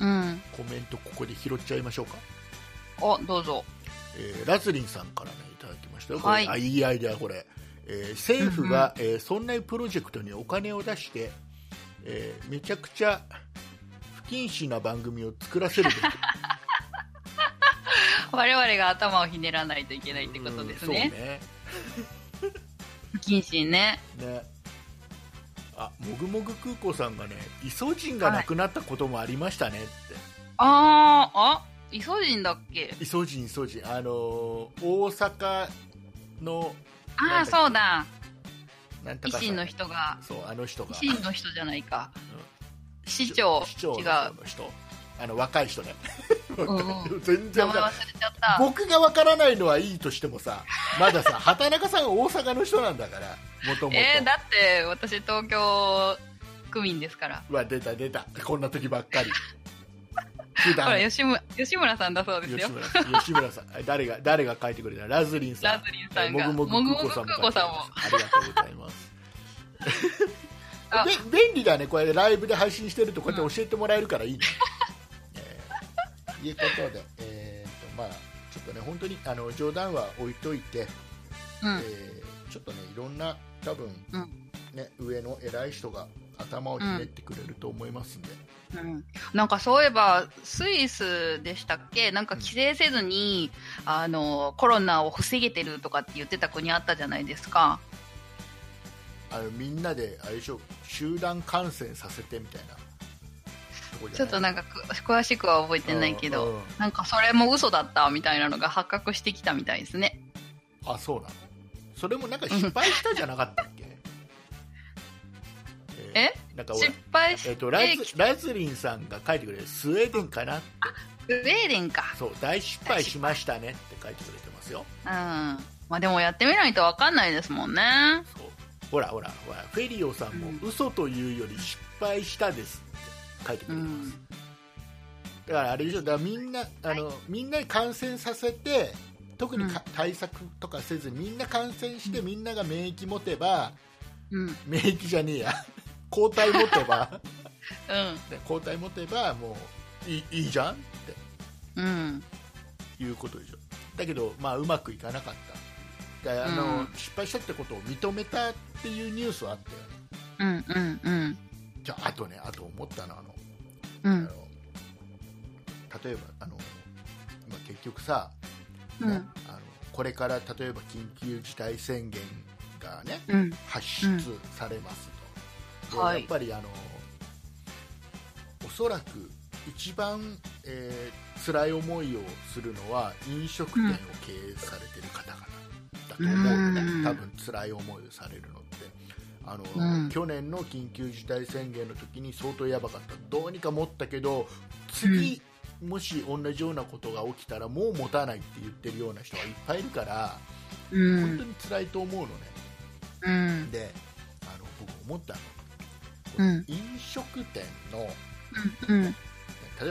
Speaker 1: うん
Speaker 2: コメントここで拾っちゃいましょうか
Speaker 1: おどうぞ
Speaker 2: えーラズリンさんから、ね、いただきましたよ、これ
Speaker 1: はい
Speaker 2: あいいアイデアこれ、えー政府が、えーそんなプロジェクトにお金を出して、えーめちゃくちゃ不謹慎な番組を作らせるべき
Speaker 1: 我々が頭をひねらないといけないってことです
Speaker 2: うん
Speaker 1: ね
Speaker 2: そうね
Speaker 1: 不謹慎ね
Speaker 2: ねあもぐもぐ空港さんがねイソジンがなくなったこともありましたねって、
Speaker 1: あーあイソジンだっけ
Speaker 2: イソジンイソジンあのー大阪の
Speaker 1: ああそうだ
Speaker 2: なんと
Speaker 1: 維
Speaker 2: かさん
Speaker 1: 新の人が
Speaker 2: そうあの人が
Speaker 1: 維新の人じゃない
Speaker 2: (laughs)
Speaker 1: か市
Speaker 2: 市
Speaker 1: 長
Speaker 2: 市長の
Speaker 1: 違う
Speaker 2: 方の人あの若い人ね
Speaker 1: うんうん
Speaker 2: (laughs) 全
Speaker 1: 名
Speaker 2: 然わ
Speaker 1: 前
Speaker 2: かん
Speaker 1: 忘
Speaker 2: な
Speaker 1: れ
Speaker 2: い
Speaker 1: ちゃった
Speaker 2: 僕がわからないのはいいとしてもさまださ (laughs) 畑中さん大阪の人なんだからもともと
Speaker 1: えー、だって私東京区民ですから
Speaker 2: うわ出た出たこんな時ばっかり普
Speaker 1: ほ
Speaker 2: 段
Speaker 1: ら吉村吉村さんだそうですよ
Speaker 2: 吉村さん吉村さん (laughs) あ誰が誰が書いてくれたラズリンさん
Speaker 1: ラズリンさん
Speaker 2: え
Speaker 1: が
Speaker 2: もぐもぐ空港さんも書
Speaker 1: も
Speaker 2: いてくれてますありがとうございます
Speaker 1: あ (laughs)
Speaker 2: べ便利だねこれライブで配信してるとこうやって教えてもらえる
Speaker 1: (laughs)
Speaker 2: からいいね、えーいうことでえーとまあちょっとね本当にあの冗談は置いといて、
Speaker 1: うん
Speaker 2: えーちょっとねいろんな多分、
Speaker 1: うん
Speaker 2: ね上の偉い人が頭をひねってくれると思いますんで、
Speaker 1: うんなんかそういえばスイスでしたっけなんか規制せずに、あのコロナを防げてるとかって言ってた国あったじゃないですか
Speaker 2: あのみんなであれでしょ集団感染させてみたいなとこじゃない
Speaker 1: ちょっとなんかく詳しくは覚えてないけ
Speaker 2: う
Speaker 1: ど
Speaker 2: んうん
Speaker 1: なんかそれも嘘だったみたいなのが発覚してきたみたいですね
Speaker 2: あそうなのそれもなんか失敗したじゃなかったっけ
Speaker 1: え
Speaker 2: ーなんか俺
Speaker 1: 失敗し
Speaker 2: え
Speaker 1: て
Speaker 2: っとラズ
Speaker 1: き
Speaker 2: ラズリンさんが書いてくれるスウェーデンかな
Speaker 1: スウェーデンか
Speaker 2: そう大失敗しましたねって書いてくれてますよ
Speaker 1: うんまあでもやってみないとわかんないですもんね
Speaker 2: そうほらほらほらフェリオさんも
Speaker 1: う
Speaker 2: 嘘というより失敗したですって書いてく
Speaker 1: う
Speaker 2: れてます、
Speaker 1: ん
Speaker 2: だからあれでしょだからみんなあの、みんなに感染させて特にか対策とかせずみんな感染してみんなが免疫持てば
Speaker 1: うん、うん、
Speaker 2: 免疫じゃねえや (laughs) 抗体持てばね抗体持てばもういいいいじゃんっ
Speaker 1: うん、
Speaker 2: ていうことでしょだけど、まあ、うまくいかなかったであの、
Speaker 1: うん
Speaker 2: 失敗したってことを認めたっていうニュースはあったよね
Speaker 1: うん、うん、うん、
Speaker 2: じゃああとねあと思ったのはあの
Speaker 1: う
Speaker 2: あの
Speaker 1: ん、
Speaker 2: 例えばあの、まあ、結局さ、
Speaker 1: うん
Speaker 2: ねあのこれから例えば緊急事態宣言がね
Speaker 1: うん、
Speaker 2: 発出されますと、
Speaker 1: うんはい
Speaker 2: でやっぱりあのおそらく一番、えー辛い思いをするのは飲食店を経営されてる方々だと思うのね、
Speaker 1: うん
Speaker 2: 多分辛い思いをされるのってあの、
Speaker 1: うん
Speaker 2: 去年の緊急事態宣言の時に相当やばかったどうにか持ったけど次、もし同じようなことが起きたらもう持たないって言ってるような人がいっぱいいるから、
Speaker 1: う
Speaker 2: 本当
Speaker 1: ん、
Speaker 2: に辛いと思うのね。
Speaker 1: うん、
Speaker 2: であの僕思った
Speaker 1: う
Speaker 2: の、
Speaker 1: ん
Speaker 2: 飲食店の
Speaker 1: うん、
Speaker 2: 例え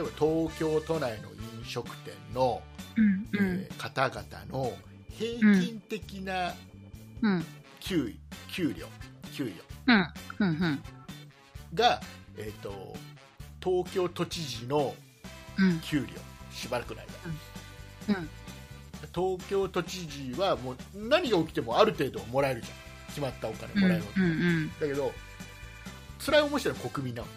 Speaker 2: ば東京都内の飲食店の、
Speaker 1: うん、う
Speaker 2: え
Speaker 1: ん、
Speaker 2: ー方々の平均的な
Speaker 1: うん、
Speaker 2: 給,、給料給与
Speaker 1: うん、うん、
Speaker 2: が、えー、と東京都知事の
Speaker 1: うん、
Speaker 2: 給料しばらくの間、
Speaker 1: うんうん
Speaker 2: 東京都知事はもう何が起きてもある程度もらえるじゃん決まったお金もらえるわけ、
Speaker 1: うん、
Speaker 2: だけど辛い思いしてる国民なの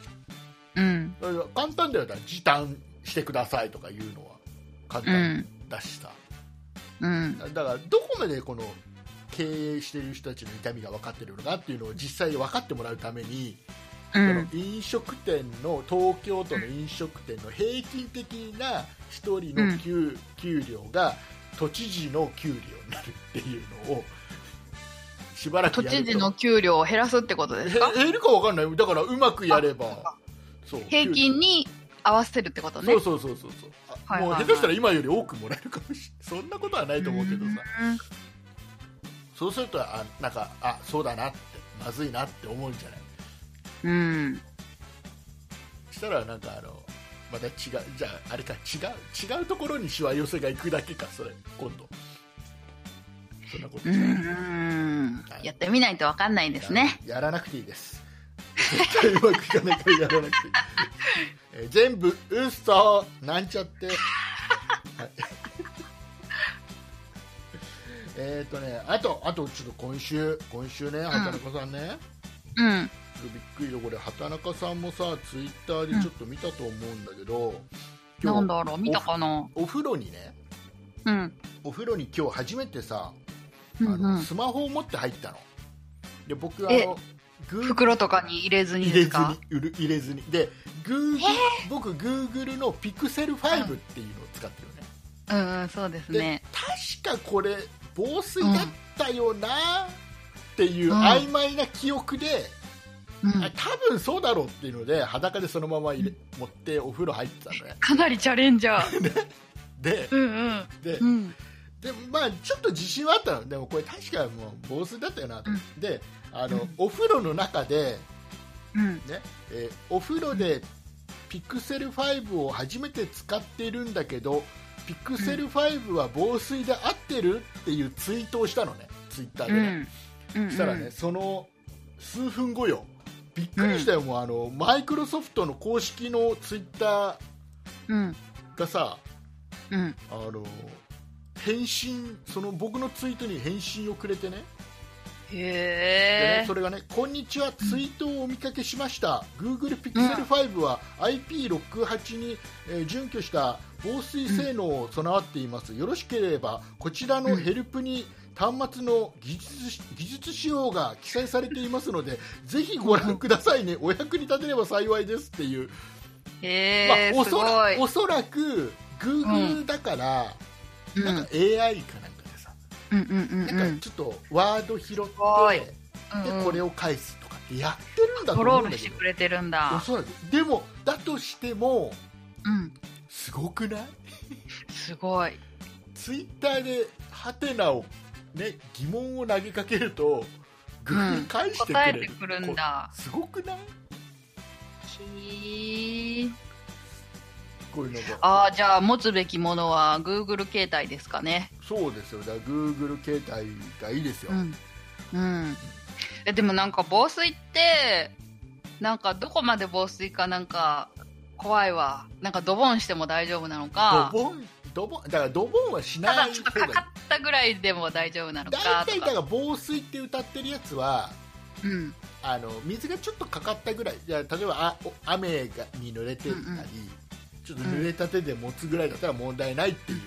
Speaker 1: うん、
Speaker 2: だから簡単だよだから時短してくださいとか言うのは簡
Speaker 1: う
Speaker 2: 単
Speaker 1: ん、
Speaker 2: だしさ、
Speaker 1: うん、
Speaker 2: だからどこまでこの経営してる人たちの痛みが分かってるのかっていうのを実際に分かってもらうために、
Speaker 1: う
Speaker 2: その
Speaker 1: ん、
Speaker 2: 飲食店の東京都の飲食店の平均的な1人の給,、給料が都知事の給料になるっていうのをしばらく
Speaker 1: 都
Speaker 2: やると
Speaker 1: 知事の給料を減らすってことですか
Speaker 2: へ減るか分かんないだからうまくやればそう
Speaker 1: 平均に合わせるってことね
Speaker 2: そうそうそうそうそう、あ
Speaker 1: はいはいはい
Speaker 2: もう下手したら今より多くもらえるかもしれない (laughs) そんなことはないと思うけどさ、そうするとあなんかあそうだなってまずいなって思うんじゃない
Speaker 1: うんうん
Speaker 2: そしたらなんかあのまた違うじゃああれか違う違うところにしわ寄せが行くだけかそれ今度そんなこと
Speaker 1: う
Speaker 2: じゃな
Speaker 1: ん
Speaker 2: い
Speaker 1: やってみないとわかんないですね
Speaker 2: やらなくていいです (laughs) 絶対うまくいかないからやらなくていい、えー全部嘘なんちゃって、はい、えっとねあとあとちょっと今週今週ね畑中さんね、
Speaker 1: うん
Speaker 2: ちょっとびっくりだこれ畑中さんもさツイッターでちょっと見たと思うんだけど、
Speaker 1: なん
Speaker 2: 今日
Speaker 1: だろう見たかな
Speaker 2: お風呂にね
Speaker 1: うん
Speaker 2: お風呂に今日初めてさあ
Speaker 1: うん
Speaker 2: の、
Speaker 1: うん
Speaker 2: スマホを持って入ったので僕あ
Speaker 1: え
Speaker 2: のグー
Speaker 1: 袋とかに入れずに
Speaker 2: 入
Speaker 1: で
Speaker 2: れ
Speaker 1: す
Speaker 2: ず
Speaker 1: か
Speaker 2: に売る入れずにでグー僕 Google の Pixel5 っていうのを使ってるよね、
Speaker 1: うんうんそうです
Speaker 2: で
Speaker 1: ね
Speaker 2: 確かこれ防水だったよなっていう
Speaker 1: うん
Speaker 2: 曖昧な記憶で、
Speaker 1: うん
Speaker 2: あ多分そうだろうっていうので裸でそのまま入れ持ってお風呂入ってたのね
Speaker 1: かなりチャレンジャー
Speaker 2: で
Speaker 1: うんうん
Speaker 2: で
Speaker 1: うん
Speaker 2: でまあちょっと自信はあったのでもこれ確かもう防水だったよなと、
Speaker 1: う
Speaker 2: であの、
Speaker 1: うん
Speaker 2: お風呂の中で、
Speaker 1: うん
Speaker 2: ねえーお風呂でピクセル5を初めて使ってるんだけどピクセル5は防水で合ってるっていうツイートをしたのねツイッター
Speaker 1: う
Speaker 2: でね、
Speaker 1: んうん
Speaker 2: そしたらねその数分後よびっくりしたよ、もうあのマイクロソフトの公式のツイッタ
Speaker 1: うん
Speaker 2: ーがさ
Speaker 1: うん
Speaker 2: あの返信その僕のツイートに返信をくれてねでね
Speaker 1: へえ
Speaker 2: それがね「こんにちはツイートをお見かけしました」Google Pixel5 は IP68 に、えー準拠した防水性能を備わっています、よろしければこちらのヘルプに端末の技術し技術仕様が記載されていますのでぜひご覧くださいねお役に立てれば幸いですっていう、
Speaker 1: へえ
Speaker 2: お
Speaker 1: す
Speaker 2: そ
Speaker 1: ご
Speaker 2: ら
Speaker 1: い
Speaker 2: おそらく Google だから、
Speaker 1: うん
Speaker 2: なんか AI かなんかでさ、
Speaker 1: うんうんうんう
Speaker 2: なん
Speaker 1: ん
Speaker 2: かちょっとワード拾って
Speaker 1: ごいうんう
Speaker 2: で
Speaker 1: ん
Speaker 2: これを返すとかってやってるんだと
Speaker 1: ト
Speaker 2: 思
Speaker 1: ロ
Speaker 2: うん
Speaker 1: ール
Speaker 2: だけ
Speaker 1: して
Speaker 2: ど
Speaker 1: くれてるんだ
Speaker 2: おそらくでもだとしても
Speaker 1: うん
Speaker 2: すごくない
Speaker 1: すごい
Speaker 2: ツイッターでハテナをね疑問を投げかけるとグーに返してく
Speaker 1: 答
Speaker 2: れ
Speaker 1: え
Speaker 2: る、
Speaker 1: てくるんだ
Speaker 2: こすごくない
Speaker 1: へー
Speaker 2: こういうのが
Speaker 1: ああ、じゃあ持つべきものは Google 携帯ですかね。
Speaker 2: そうですよだから Google 携帯がいいですよ、
Speaker 1: うん。うん。え、でもなんか防水って、なんかどこまで防水かなんか怖いわ。なんかドボンしても大丈夫なのか、
Speaker 2: ドボンドボンだからドボンはした
Speaker 1: だ
Speaker 2: ない
Speaker 1: ちょっ
Speaker 2: 方
Speaker 1: と
Speaker 2: がい
Speaker 1: か
Speaker 2: い
Speaker 1: かったぐらいでも大丈夫なのか
Speaker 2: 大体
Speaker 1: と
Speaker 2: だか
Speaker 1: か。
Speaker 2: ら防水って歌ってるやつは
Speaker 1: うん。
Speaker 2: あの水がちょっとかかったぐらいいや例えばあお雨がに濡れてたり、
Speaker 1: うんうん
Speaker 2: ちょっと濡れた手で持つぐらいだったら問題ないっていう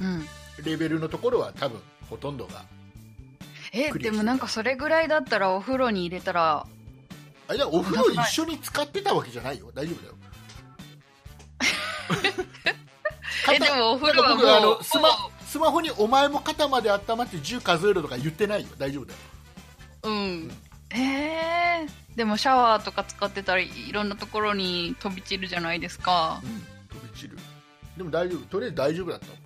Speaker 1: うん。
Speaker 2: レベルのところは多分ほとんどが
Speaker 1: え、でもなんかそれぐらいだったらお風呂に入れたら、
Speaker 2: あれだお風呂一緒に使ってたわけじゃないよ大丈夫だよ
Speaker 1: (laughs) え、でもお風呂
Speaker 2: な
Speaker 1: は
Speaker 2: んか僕あ
Speaker 1: も
Speaker 2: の
Speaker 1: う、
Speaker 2: スマスマホにお前も肩まで温まって10数えるとか言ってないよ大丈夫だよ
Speaker 1: うん。えー、でもシャワーとか使ってたらいろんなところに飛び散るじゃないですか。
Speaker 2: 飛び散るでも大丈夫とりあえず大丈夫だったもん
Speaker 1: へ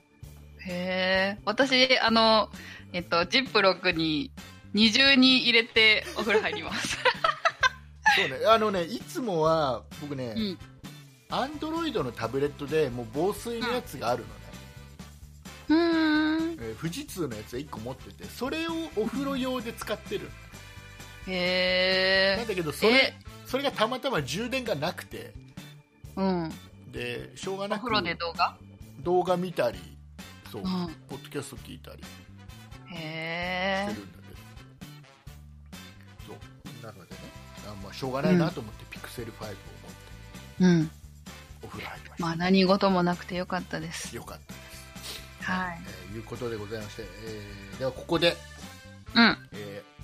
Speaker 1: え。私、あの、えっと、ジップロックに二重に入れてお風呂入り
Speaker 2: (laughs)
Speaker 1: ます。
Speaker 2: そうねあのねいつもは僕ね
Speaker 1: うん。
Speaker 2: アンドロイドのタブレットでもう防水のやつがあるのね、
Speaker 1: うーん。
Speaker 2: えー富士通のやつ1個持っててそれをお風呂用で使ってる
Speaker 1: へ
Speaker 2: なん
Speaker 1: え。
Speaker 2: だけどそれそれがたまたま充電がなくて
Speaker 1: うん。
Speaker 2: でしょうが
Speaker 1: お
Speaker 2: なく
Speaker 1: 風呂で動画
Speaker 2: 動画見たりそう、
Speaker 1: うん
Speaker 2: ポッドキャスト聞いたりし
Speaker 1: へ
Speaker 2: て
Speaker 1: え
Speaker 2: る。んだけど、そうなのでねあ、まあ、しょうがないなと思って、ピクセル5を持って
Speaker 1: うん。
Speaker 2: お風呂入りました、
Speaker 1: まあ、何事もなくてよかったです。
Speaker 2: よかったです
Speaker 1: はい。
Speaker 2: えーいうことでございまして、えーではここで、
Speaker 1: うん。
Speaker 2: えー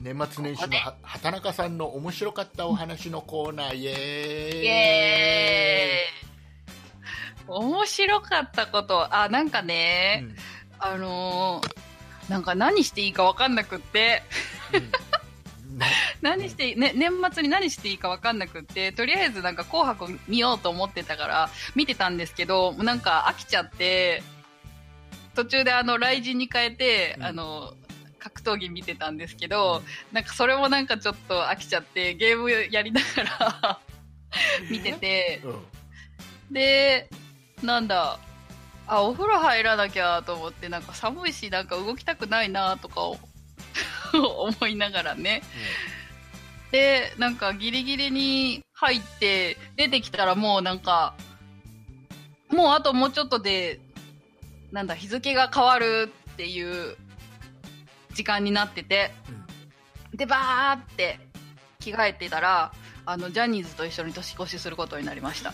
Speaker 2: 年末年始のは畑中さんの面白かったお話のコーナーイエーイ
Speaker 1: イエーイ面白かったこと、あ、なんかね、
Speaker 2: うん
Speaker 1: あのーなんか何していいかわかんなくって、 (laughs)
Speaker 2: うんな
Speaker 1: 何していい、ね、年末に何していいかわかんなくって、とりあえずなんか紅白見ようと思ってたから、見てたんですけど、もうなんか飽きちゃって、途中であの、雷神に変えて、
Speaker 2: うん
Speaker 1: あの、格闘技見てたんですけど、なんかそれもなんかちょっと飽きちゃって、ゲームやりながら (laughs) 見てて、
Speaker 2: うん
Speaker 1: で、なんだ、あ、お風呂入らなきゃと思って、なんか寒いし、なんか動きたくないなとかを (laughs) 思いながらね。で、なんかギリギリに入って、出てきたらもうなんか、もうあともうちょっとで、なんだ、日付が変わるっていう時間になってて、で、バーって着替えてたら、あの、ジャニーズと一緒に年越しすることになりま
Speaker 2: (laughs)
Speaker 1: した。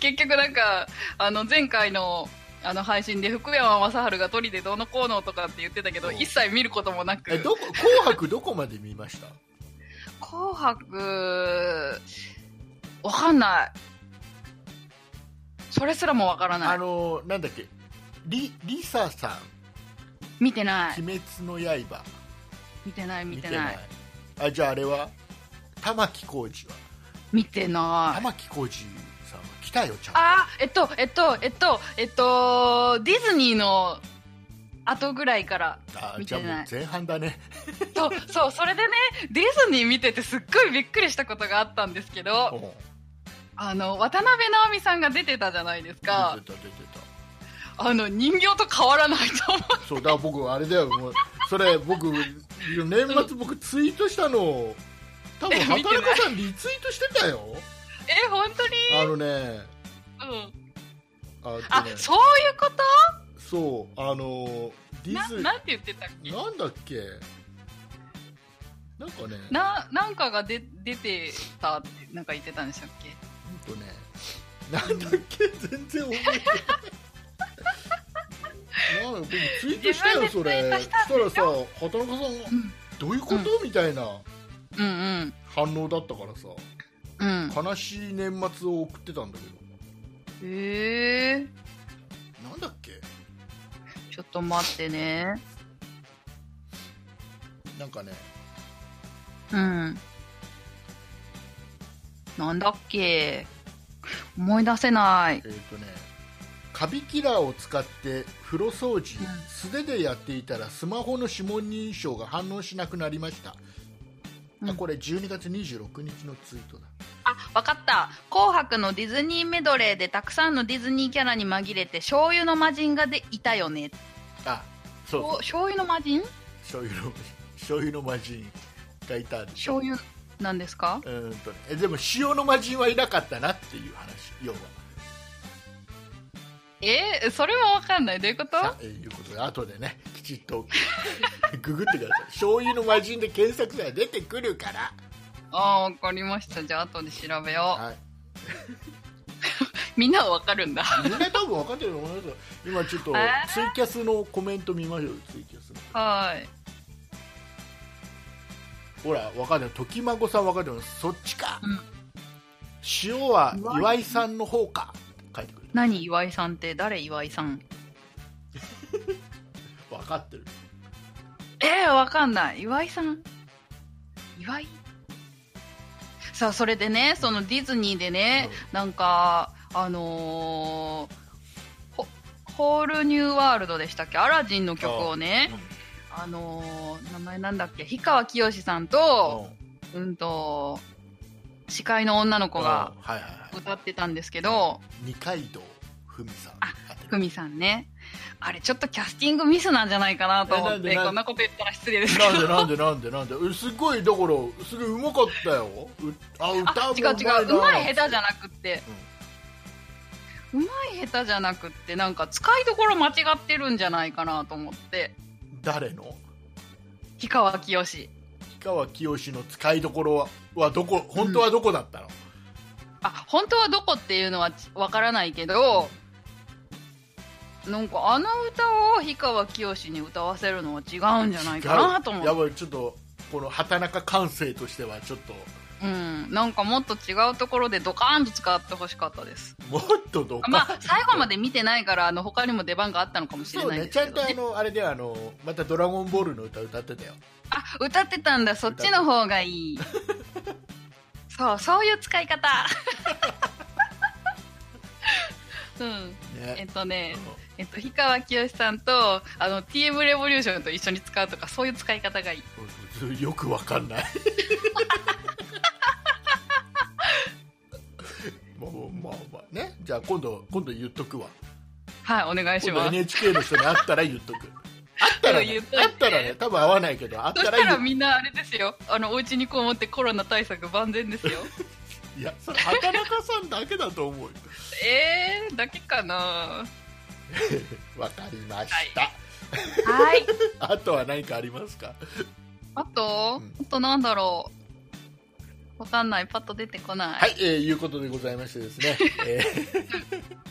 Speaker 1: 結局なんか、あの、前回の、あの配信で福山雅治がトリでどうのこうのとかって言ってたけど、
Speaker 2: うん
Speaker 1: 一切見ることもなく。
Speaker 2: えどこ紅白どこまで見ました
Speaker 1: 紅白、わかんない。それすらもわからな
Speaker 2: あ
Speaker 1: い。
Speaker 2: のなんだっけりりささん
Speaker 1: 見てな
Speaker 2: 「
Speaker 1: い。
Speaker 2: 鬼滅の刃
Speaker 1: 見てない、」見
Speaker 2: 見
Speaker 1: て
Speaker 2: て
Speaker 1: な
Speaker 2: ないい。あじゃああれは玉置浩二は
Speaker 1: 見てない。
Speaker 2: 玉置浩二さんは来たよちゃんと
Speaker 1: あーえっと、えっと、えっと、えっと、ディズニーの後ぐらい
Speaker 2: (laughs)
Speaker 1: から。
Speaker 2: あ
Speaker 1: 見
Speaker 2: じ
Speaker 1: て
Speaker 2: ゃ
Speaker 1: ない
Speaker 2: あもう前半だね
Speaker 1: そう、そう、それでね、ディズニー見ててすっごいびっくりしたことがあったんですけ
Speaker 2: う
Speaker 1: ど、
Speaker 2: ん
Speaker 1: あの、渡辺直美さんが出てたじゃないですか
Speaker 2: 出。てた出てた
Speaker 1: あの、人形と変わらないと思
Speaker 2: そうだから僕あれだよもうそれ僕年末僕ツイートしたの多分
Speaker 1: え見て
Speaker 2: 畑
Speaker 1: ない
Speaker 2: 中さんリツイートしてたよ
Speaker 1: う。え、本当に
Speaker 2: あのね
Speaker 1: うん。
Speaker 2: あとね
Speaker 1: あ、そういうこ
Speaker 2: そうあのデ
Speaker 1: と
Speaker 2: ィ
Speaker 1: な
Speaker 2: ズニー、
Speaker 1: なんて言ってたっけ
Speaker 2: なんだっけなんかね
Speaker 1: な、なんかがで出てたって、なんか言ってたんでしたっけ
Speaker 2: ほんとねなんだっけ全然覚えてないなんか僕ツイートしたよ
Speaker 1: 自
Speaker 2: そ
Speaker 1: 分でツイー
Speaker 2: れ
Speaker 1: ト
Speaker 2: し
Speaker 1: した
Speaker 2: たらさ畑中さん
Speaker 1: うん。
Speaker 2: どういうこと、みたいな
Speaker 1: うんうん。
Speaker 2: 反応だったからさ
Speaker 1: うん。
Speaker 2: 悲しい年末を送ってたんだけど
Speaker 1: へえー。
Speaker 2: なんだっけ
Speaker 1: ちょっと待ってね。
Speaker 2: なんかね
Speaker 1: うん。なんだっけ思い出せない
Speaker 2: え。っ、とねカビキラーを使って風呂掃除、
Speaker 1: うん
Speaker 2: 素手でやっていたらスマホの指紋認証が反応しなくなりました、
Speaker 1: うん
Speaker 2: あこれ12月26日のツイートだ
Speaker 1: あわかった。紅白のディズニーメドレーでたくさんのディズニーキャラに紛れて醤油の魔人がでいたよね。
Speaker 2: あそう
Speaker 1: お醤油の魔人
Speaker 2: 醤油の醤油の魔人がいたんでしょ
Speaker 1: 醤油なんですか
Speaker 2: うーんとねえでも塩の魔人はいなかったなっていう話要は
Speaker 1: えー、それはわかんない。どういうこと
Speaker 2: さえーいうことで後でねきちっと (laughs) ググってください醤油の魔人で検索したら出てくるから
Speaker 1: ああー、わかりました。じゃあ、後で調べよ。
Speaker 2: はいう
Speaker 1: みんなはわかるんだ。
Speaker 2: みんな多分分かってると思いますよ今ちょっと
Speaker 1: え
Speaker 2: ツイキャスのコメント見ましょうツイキャスの
Speaker 1: はい。
Speaker 2: ほら分かってる時孫さん分かってますそっちか、
Speaker 1: うん
Speaker 2: 塩は岩井さんの方か書いてくれる
Speaker 1: 何岩井さんって誰岩井さん
Speaker 2: 分かってる
Speaker 1: えー、わかんない岩井さん岩井さあそれでねそのディズニーでね、なんかあのーホホールニューワールドでしたっけアラジンの曲をねあ、のー名前なんだっけ氷川きよしさんと、
Speaker 2: うん
Speaker 1: うん、と司会の女の子が
Speaker 2: うんはいはいはい
Speaker 1: 歌ってたんですけど、
Speaker 2: 二階堂ふみさん
Speaker 1: あ
Speaker 2: 合ってる
Speaker 1: ふみさんねあれちょっとキャスティングミスなんじゃないかなと思っ
Speaker 2: え
Speaker 1: て
Speaker 2: なんでなんで
Speaker 1: こんなこと言ったら失礼ですけど
Speaker 2: なんでなんでなんでなんでえすごいだからすごいうまかったようあ歌
Speaker 1: (laughs) あ
Speaker 2: も
Speaker 1: 違う違ううまい下手じゃなくって、うまい下手じゃなくってなんか使いどころ間違ってるんじゃないかなと思って
Speaker 2: 誰の
Speaker 1: 氷川きよし
Speaker 2: 氷川きよしの使いどころははどこ本当はどこだったの、
Speaker 1: あ本当はどこっていうのはちわからないけどなんかあの歌を氷川きよしに歌わせるのは違うんじゃないかなと思
Speaker 2: や
Speaker 1: って、
Speaker 2: ばいちょっとこの畑中感性としてはちょっと
Speaker 1: うん、なんかもっと違うところでドカーンと使ってほしかったです
Speaker 2: もっとど
Speaker 1: あ
Speaker 2: か、
Speaker 1: まあ最後まで見てないからあの他にも出番があったのかもしれ
Speaker 2: そう
Speaker 1: ない
Speaker 2: ね
Speaker 1: です
Speaker 2: ちゃ
Speaker 1: けど、
Speaker 2: んと
Speaker 1: ね
Speaker 2: あのあれではあのまた「ドラゴンボール」の歌歌ってたよ
Speaker 1: あ、歌ってたんだ。そっちの方がいい。そう、そういう使い
Speaker 2: (laughs)
Speaker 1: 方。うん、え
Speaker 2: ね
Speaker 1: っとね
Speaker 2: うん、
Speaker 1: えっと、氷川きよしさんと、あの、TM レボリューションと一緒に使うとか、そういう使い方がいい。
Speaker 2: そうそうよくわかんない (laughs) まあまあまあねじゃあ今度今度言っとくわ
Speaker 1: はい、お願いし
Speaker 2: 今度
Speaker 1: ます。
Speaker 2: NHK の人に会ったら言っとくあったら、ね、
Speaker 1: 言っといて
Speaker 2: あったらね多分会わないけどあっ
Speaker 1: そしたた
Speaker 2: ら言
Speaker 1: ら
Speaker 2: う
Speaker 1: みんなあれですよ。あの、お家にこもってコロナ対策万全
Speaker 2: (laughs)
Speaker 1: ですよ。
Speaker 2: いやそれ畑中さんだけだと思うよ
Speaker 1: えー、だけかなは
Speaker 2: わかりました、
Speaker 1: い。
Speaker 2: あとは何かありますか
Speaker 1: あと、
Speaker 2: うん
Speaker 1: あとなんだろう。わかんない。パッと出てこない。
Speaker 2: はい、えーいうことでございましてですね、えー (laughs)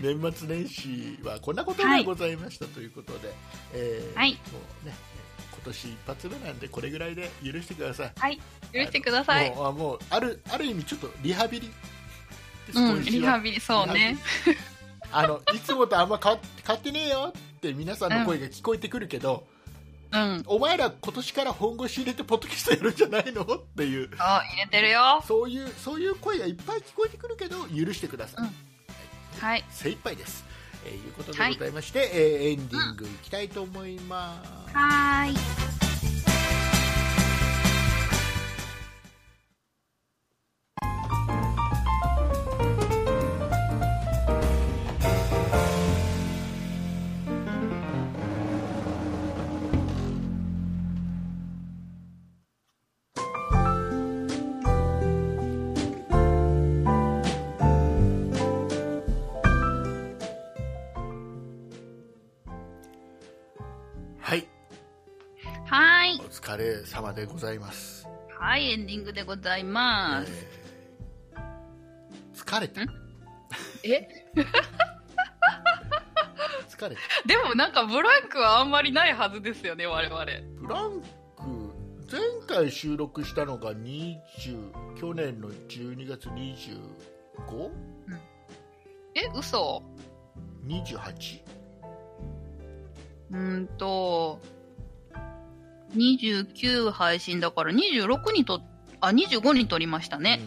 Speaker 2: 年末年始はこんなことがございましたということで、えー
Speaker 1: はい
Speaker 2: もうね、今年一発目なんでこれぐらいで許してください。
Speaker 1: はい、許してください。
Speaker 2: もうあもうあるある意味ちょっとリハビリです。
Speaker 1: うん、
Speaker 2: 今週
Speaker 1: リ
Speaker 2: は
Speaker 1: ハビリ、そうね。。
Speaker 2: リハビリあのいつもとあんま変わっ変わってねえよって皆さんの声が聞こえてくるけど、
Speaker 1: うん。
Speaker 2: お前ら今年から本腰入れてポッドキャストやるんじゃないのっていう
Speaker 1: あ、入れてるよ。
Speaker 2: そういうそういう声がいっぱい聞こえてくるけど許してください、
Speaker 1: うんはい。
Speaker 2: 精一杯です、えーいうことで
Speaker 1: はい
Speaker 2: ございまして、えーエンディングいきたいと思います、
Speaker 1: はーい。
Speaker 2: はい
Speaker 1: はーい
Speaker 2: お。疲れ様でございます、
Speaker 1: はい、エンディングでござい
Speaker 2: え
Speaker 1: ます。
Speaker 2: ー疲れた
Speaker 1: んえ、
Speaker 2: 疲れた
Speaker 1: でもなんかブランクはあんまりないはずですよね、我々。
Speaker 2: ブランク前回収録したのが20去年の12月 25?28?
Speaker 1: え、嘘うーんと、29配信だから26にと、あ、25に撮りましたね。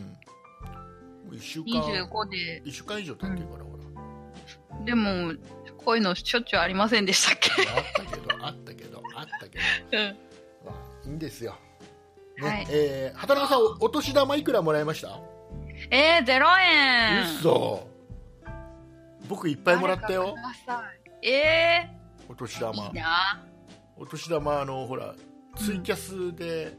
Speaker 2: うん、もう1週間
Speaker 1: 25で、
Speaker 2: 一週間以上経ってるから、ほら
Speaker 1: でも、こういうのしょっちゅうありませんでしたっ
Speaker 2: いやあったけど、あったけど、あったけ
Speaker 1: けうん。
Speaker 2: ど、まあ、いいんですよ。ね
Speaker 1: はい
Speaker 2: えー、畑中さん、おお年玉いくらもらいました
Speaker 1: えー、0円
Speaker 2: 嘘僕いっぱいもらったよ
Speaker 1: 誰かくださいえ
Speaker 2: お年
Speaker 1: ー、い
Speaker 2: 玉
Speaker 1: いな
Speaker 2: お年玉あのほらツイキャスで、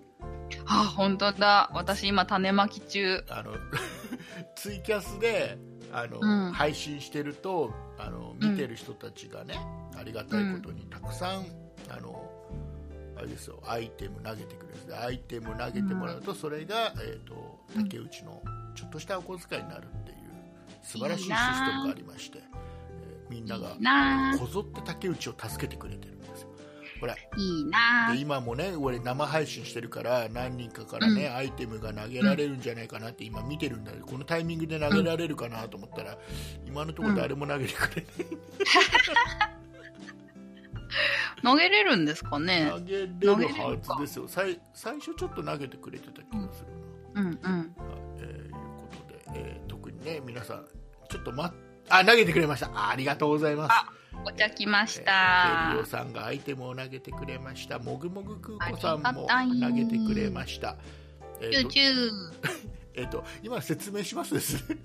Speaker 1: あ本当だ私今種まき中
Speaker 2: あの (laughs) ツイキャスであの、
Speaker 1: うん
Speaker 2: 配信してるとあの見てる人たちがね、ありがたいことにたくさん、あのあれですよアイテム投げてくれるんですねアイテム投げてもらうと、それが、えー、と
Speaker 1: うん
Speaker 2: 竹内のちょっとしたお小遣いになるっていう素晴らしいシステムがありましてえーみんなが
Speaker 1: いいな
Speaker 2: こぞって竹内を助けてくれてるんですよほら
Speaker 1: いいな
Speaker 2: で今もね俺生配信してるから何人かからね、アイテムが投げられるんじゃないかなって今見てるんだけどこのタイミングで投げられるかなと思ったら、今のところ誰も投げてくれ
Speaker 1: 投げれるんですかね
Speaker 2: ない、投げれるはずですよ最最初ちょっと投げてくれてた気がする
Speaker 1: うんうん
Speaker 2: な、はいえーいうことで、えー特にね皆さんちょっと待っあ投げてくれましたあありがとうございます
Speaker 1: お茶来まし
Speaker 2: えー
Speaker 1: た
Speaker 2: デリオさんがアイテムを投げてくれましたもぐもぐ空子さん
Speaker 1: あり
Speaker 2: も
Speaker 1: がたい
Speaker 2: 投げてくれましたえ
Speaker 1: チュ
Speaker 2: ー
Speaker 1: ー
Speaker 2: と
Speaker 1: チュー
Speaker 2: えーと今説明しますですね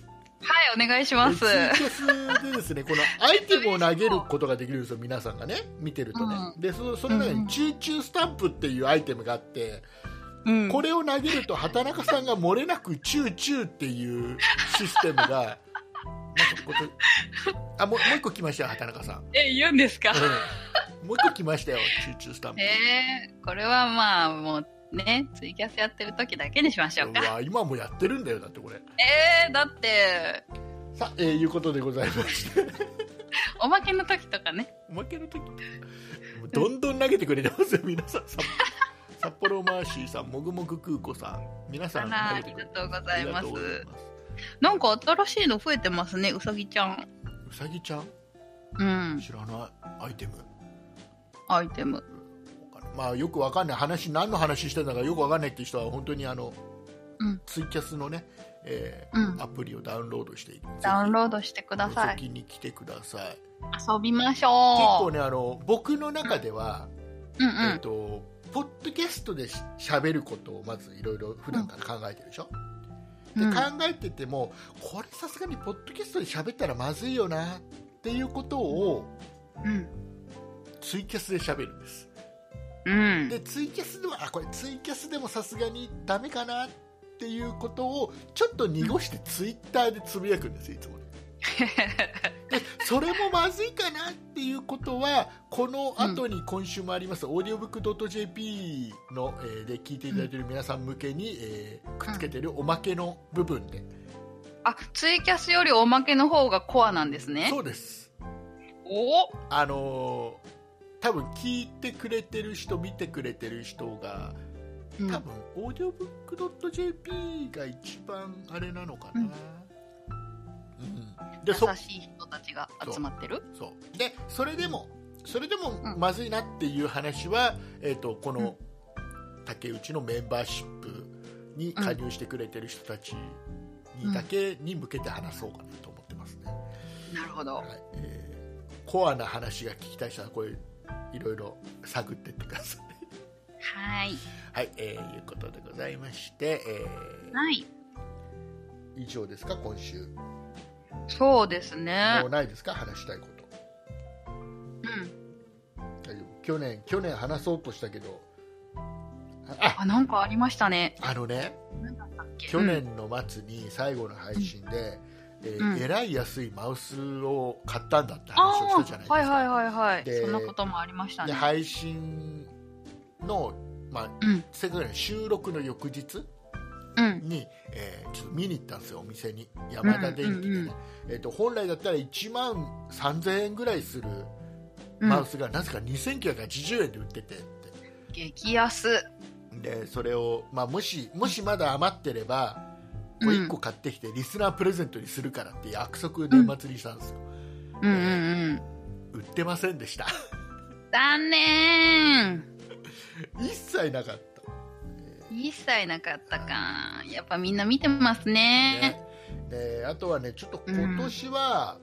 Speaker 1: はいお願いします
Speaker 2: ツイキャスでですね、このアイテムを投げることができるんですよ、皆さんがね、見てるとね。で、そその中
Speaker 1: うん
Speaker 2: に、チューチュースタンプっていうアイテムがあって、
Speaker 1: うん
Speaker 2: これを投げると、畑中さんが漏れなくチューチューっていうシステムが、なんかことあもうもう一個来ましたよ、畑中さ
Speaker 1: (laughs)
Speaker 2: ん。
Speaker 1: え言うんですか
Speaker 2: うん、もう一個来ましたよ、チューチュースタンプ。
Speaker 1: えー、これはまあもうねツイキャスやってる時だけにしましょうか
Speaker 2: うわ今もやってるんだよ、だってこれ。
Speaker 1: えー、だって
Speaker 2: さあ、えーいうことでございまして、
Speaker 1: おまけの時とかね
Speaker 2: おまけ
Speaker 1: (laughs)
Speaker 2: の時もうどんどん投げてくれてますよ、皆さん。札札幌マーシーさん、もぐもぐ空子さん、皆
Speaker 1: あ
Speaker 2: さん
Speaker 1: らあ
Speaker 2: 投げ
Speaker 1: り
Speaker 2: てくれ
Speaker 1: が
Speaker 2: て
Speaker 1: とうご
Speaker 2: あ
Speaker 1: ざいます
Speaker 2: ます
Speaker 1: なんか新しいの増えてますねうさぎちゃん
Speaker 2: うさぎちゃん
Speaker 1: うん
Speaker 2: 知らないアイテム
Speaker 1: アイテム
Speaker 2: まあよくわかんない話何の話してたかよくわかんないって人は本当にあの、
Speaker 1: うん
Speaker 2: ツイキャスのね、え
Speaker 1: う
Speaker 2: ー
Speaker 1: ん
Speaker 2: アプリをダウンロードして
Speaker 1: ダウン
Speaker 2: ー
Speaker 1: ロードしてください
Speaker 2: に来てください結
Speaker 1: 遊びまし
Speaker 2: 構
Speaker 1: ょ
Speaker 2: ねあの僕の中では、
Speaker 1: ううんう
Speaker 2: えっ
Speaker 1: ん
Speaker 2: とポッドキャストでししゃべることをまずいろいろ普段から考えてるでしょ、
Speaker 1: うん
Speaker 2: で考えててもこれさすがにポッドキャストで喋ったらまずいよなっていうことを
Speaker 1: うん
Speaker 2: ツイキャスで喋るんです
Speaker 1: うん
Speaker 2: でツイキャスではあこれツイキャスでもさすがにダメかなっていうことをちょっと濁してツイッターでつぶやくんですよいつもねでそれもまずいかなっていうことはこの後に今週もあります、オーディオブックドット JP の、えーで聞いていただいている皆さん向けに、えーくっつけてるおまけの部分で、
Speaker 1: (laughs) あツイキャスよりおまけの方がコアなんですね
Speaker 2: そうです
Speaker 1: おお
Speaker 2: あのー多分聞いてくれてる人見てくれてる人が
Speaker 1: うん
Speaker 2: 多分オーディオブックドット JP が一番あれなのかな、
Speaker 1: う
Speaker 2: う
Speaker 1: んん
Speaker 2: でそ
Speaker 1: 優しい人たちが集まってる
Speaker 2: そうでそれでもそれでも
Speaker 1: うん
Speaker 2: まずいなっていう話は、えー、とこの竹内のメンバーシップに加入してくれてる人たちにだけに向けて話そうかなと思ってますね、
Speaker 1: なるほど
Speaker 2: はいえーコアな話が聞きたい人はこういういろいろ探ってってください
Speaker 1: はい
Speaker 2: はい、えーいうことでございまして、えー
Speaker 1: はい
Speaker 2: 以上ですか今週
Speaker 1: そうですね
Speaker 2: もうないですか話したいこと
Speaker 1: うん
Speaker 2: 大丈夫去年去年話そうとしたけどあ
Speaker 1: あなんかありましたね
Speaker 2: あのね
Speaker 1: 何だったっけ
Speaker 2: 去年の末に最後の配信で、え
Speaker 1: うん
Speaker 2: ーえらい安いマウスを買ったんだって話を
Speaker 1: あ
Speaker 2: した
Speaker 1: あ
Speaker 2: じゃないですか、
Speaker 1: はいはいはいはい
Speaker 2: で
Speaker 1: そんなこともありました
Speaker 2: で
Speaker 1: ね
Speaker 2: 配信の、まあ、
Speaker 1: うん
Speaker 2: せっかくなので収録の翌日
Speaker 1: うん
Speaker 2: に、えーちょっと見に行ったんですよお店に山田電機でね、
Speaker 1: うんうんうん
Speaker 2: えー、と本来だったら1万3000円ぐらいする
Speaker 1: うん
Speaker 2: マウスがなぜか2980円で売っててって
Speaker 1: 激安
Speaker 2: でそれを、まあ、もしもしまだ余ってればこう
Speaker 1: うん
Speaker 2: 1個買ってきてリスナープレゼントにするからって約束で祭りしたんですよ、
Speaker 1: うんうんうん
Speaker 2: 売ってませんでした (laughs)
Speaker 1: 残念
Speaker 2: 一切なかっ
Speaker 1: 一切なかったかやっぱみんな見てます
Speaker 2: た、
Speaker 1: ね
Speaker 2: ねであとはねちょっと今年は、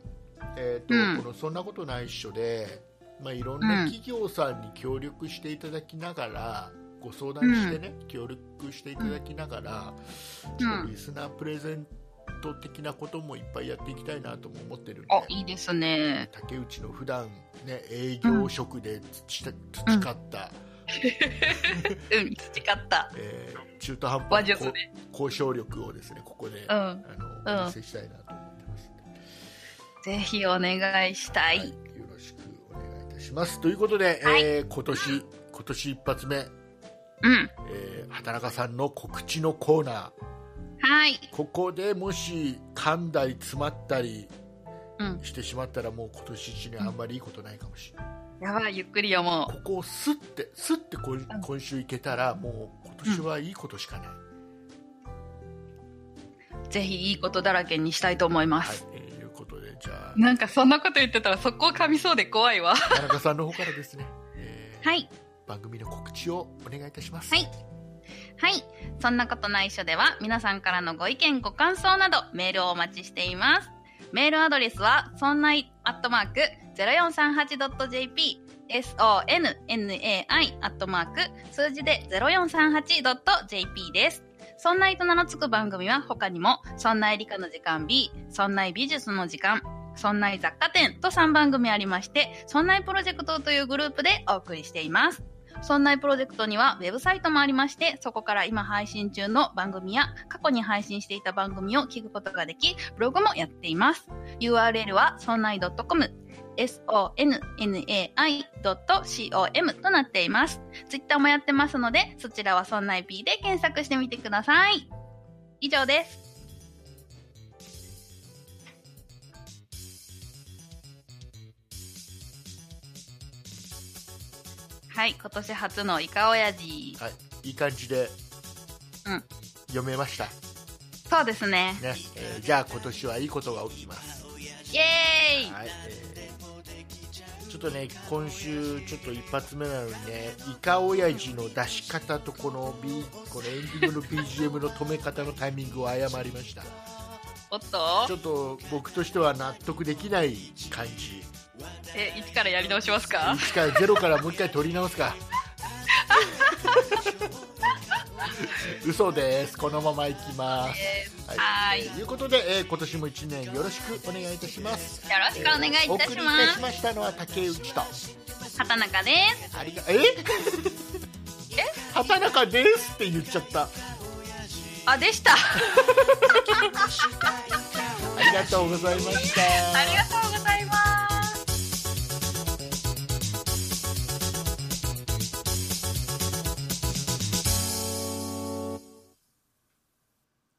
Speaker 2: えーと
Speaker 1: うん
Speaker 2: このそんなことないっしょで、まあ、いろんな
Speaker 1: うん
Speaker 2: 企業さんに協力していただきながらご相談してね、協力していただきながら、ちょっとリスナープレゼント的なこともいっぱいやっていきたいなとも思ってるんで
Speaker 1: あ、いいですね。
Speaker 2: 竹内の普段ね営業職で培培った、
Speaker 1: うん、培った。
Speaker 2: えー中途半
Speaker 1: 話
Speaker 2: 端な
Speaker 1: 術
Speaker 2: こ
Speaker 1: で。
Speaker 2: 交渉力をですねここで、
Speaker 1: う
Speaker 2: あ
Speaker 1: ん。うん
Speaker 2: のお見せしたいなと思ってますん
Speaker 1: ぜ
Speaker 2: で、
Speaker 1: ひお願いしたい。
Speaker 2: はい、よろしくお願いいたしますということで、
Speaker 1: はい
Speaker 2: えー今年今年一発目、
Speaker 1: うん。
Speaker 2: えー畑中さんの告知のコーナー
Speaker 1: はい。
Speaker 2: ここでもし噛んだり詰まったり
Speaker 1: うん
Speaker 2: してしまったらもう今年一年あんまりいいことないかもしれない、
Speaker 1: やばい、ゆっくり読もう。
Speaker 2: ここをスッてスッて今,、今週いけたらもう今年はいいことしかない、
Speaker 1: ぜひいいことだらけにしたいと思いま
Speaker 2: はい
Speaker 1: す。
Speaker 2: えーいうことでじゃ
Speaker 1: (laughs)
Speaker 2: あ
Speaker 1: なんかそんなこと言ってたらそこ噛みそうで怖いわ。
Speaker 2: 田中さんの方からですね、えー
Speaker 1: はい。
Speaker 2: 番組の告知をお願いいたします、
Speaker 1: はいはい。そんなことないっしょでは、皆さんからのご意見、ご感想など、メールをお待ちしています。メールアドレスは、そんない、アットマーク、0438.jp、sonnai、アットマーク、数字で 0438.jp です。そんないと名の付く番組は他にも、そんない理科の時間 B、そんない美術の時間、そんない雑貨店と3番組ありまして、そんないプロジェクトというグループでお送りしています。そんなプロジェクトにはウェブサイトもありまして、そこから今配信中の番組や過去に配信していた番組を聞くことができ、ブログもやっています。URL はそんない .com、sonnai.com となっています。ツイッターもやってますので、そちらはそんない P で検索してみてください。以上です。はい、今年初のイカオヤジ。
Speaker 2: はい、いい感じで、
Speaker 1: うん
Speaker 2: 読めました、
Speaker 1: そうですね。
Speaker 2: ねえーじゃあ今年はいいことが起きます、
Speaker 1: イエーイ
Speaker 2: はいえーちょっとね今週ちょっと一発目なのにねイカオヤジの出し方とこの B このエンディングの BGM の止め方のタイミングを誤りました
Speaker 1: おっと
Speaker 2: ちょっと僕としては納得できない感じ
Speaker 1: え、一からやり直しますか
Speaker 2: 1から0からもう一回取り直すか嘘ですこのままいきます
Speaker 1: えー
Speaker 2: は、
Speaker 1: はいい
Speaker 2: ということで、えー今年も1年よろしくお願いいたします。
Speaker 1: よろしくお願いいたし
Speaker 2: お
Speaker 1: ま
Speaker 2: 送りいたしましたのは竹内と。
Speaker 1: す。畑中です。
Speaker 2: ありが、え。え、畑中ですって言っちゃった。あ
Speaker 1: あ、 (laughs) でした。あ
Speaker 2: りがとうございました。
Speaker 1: りがとう。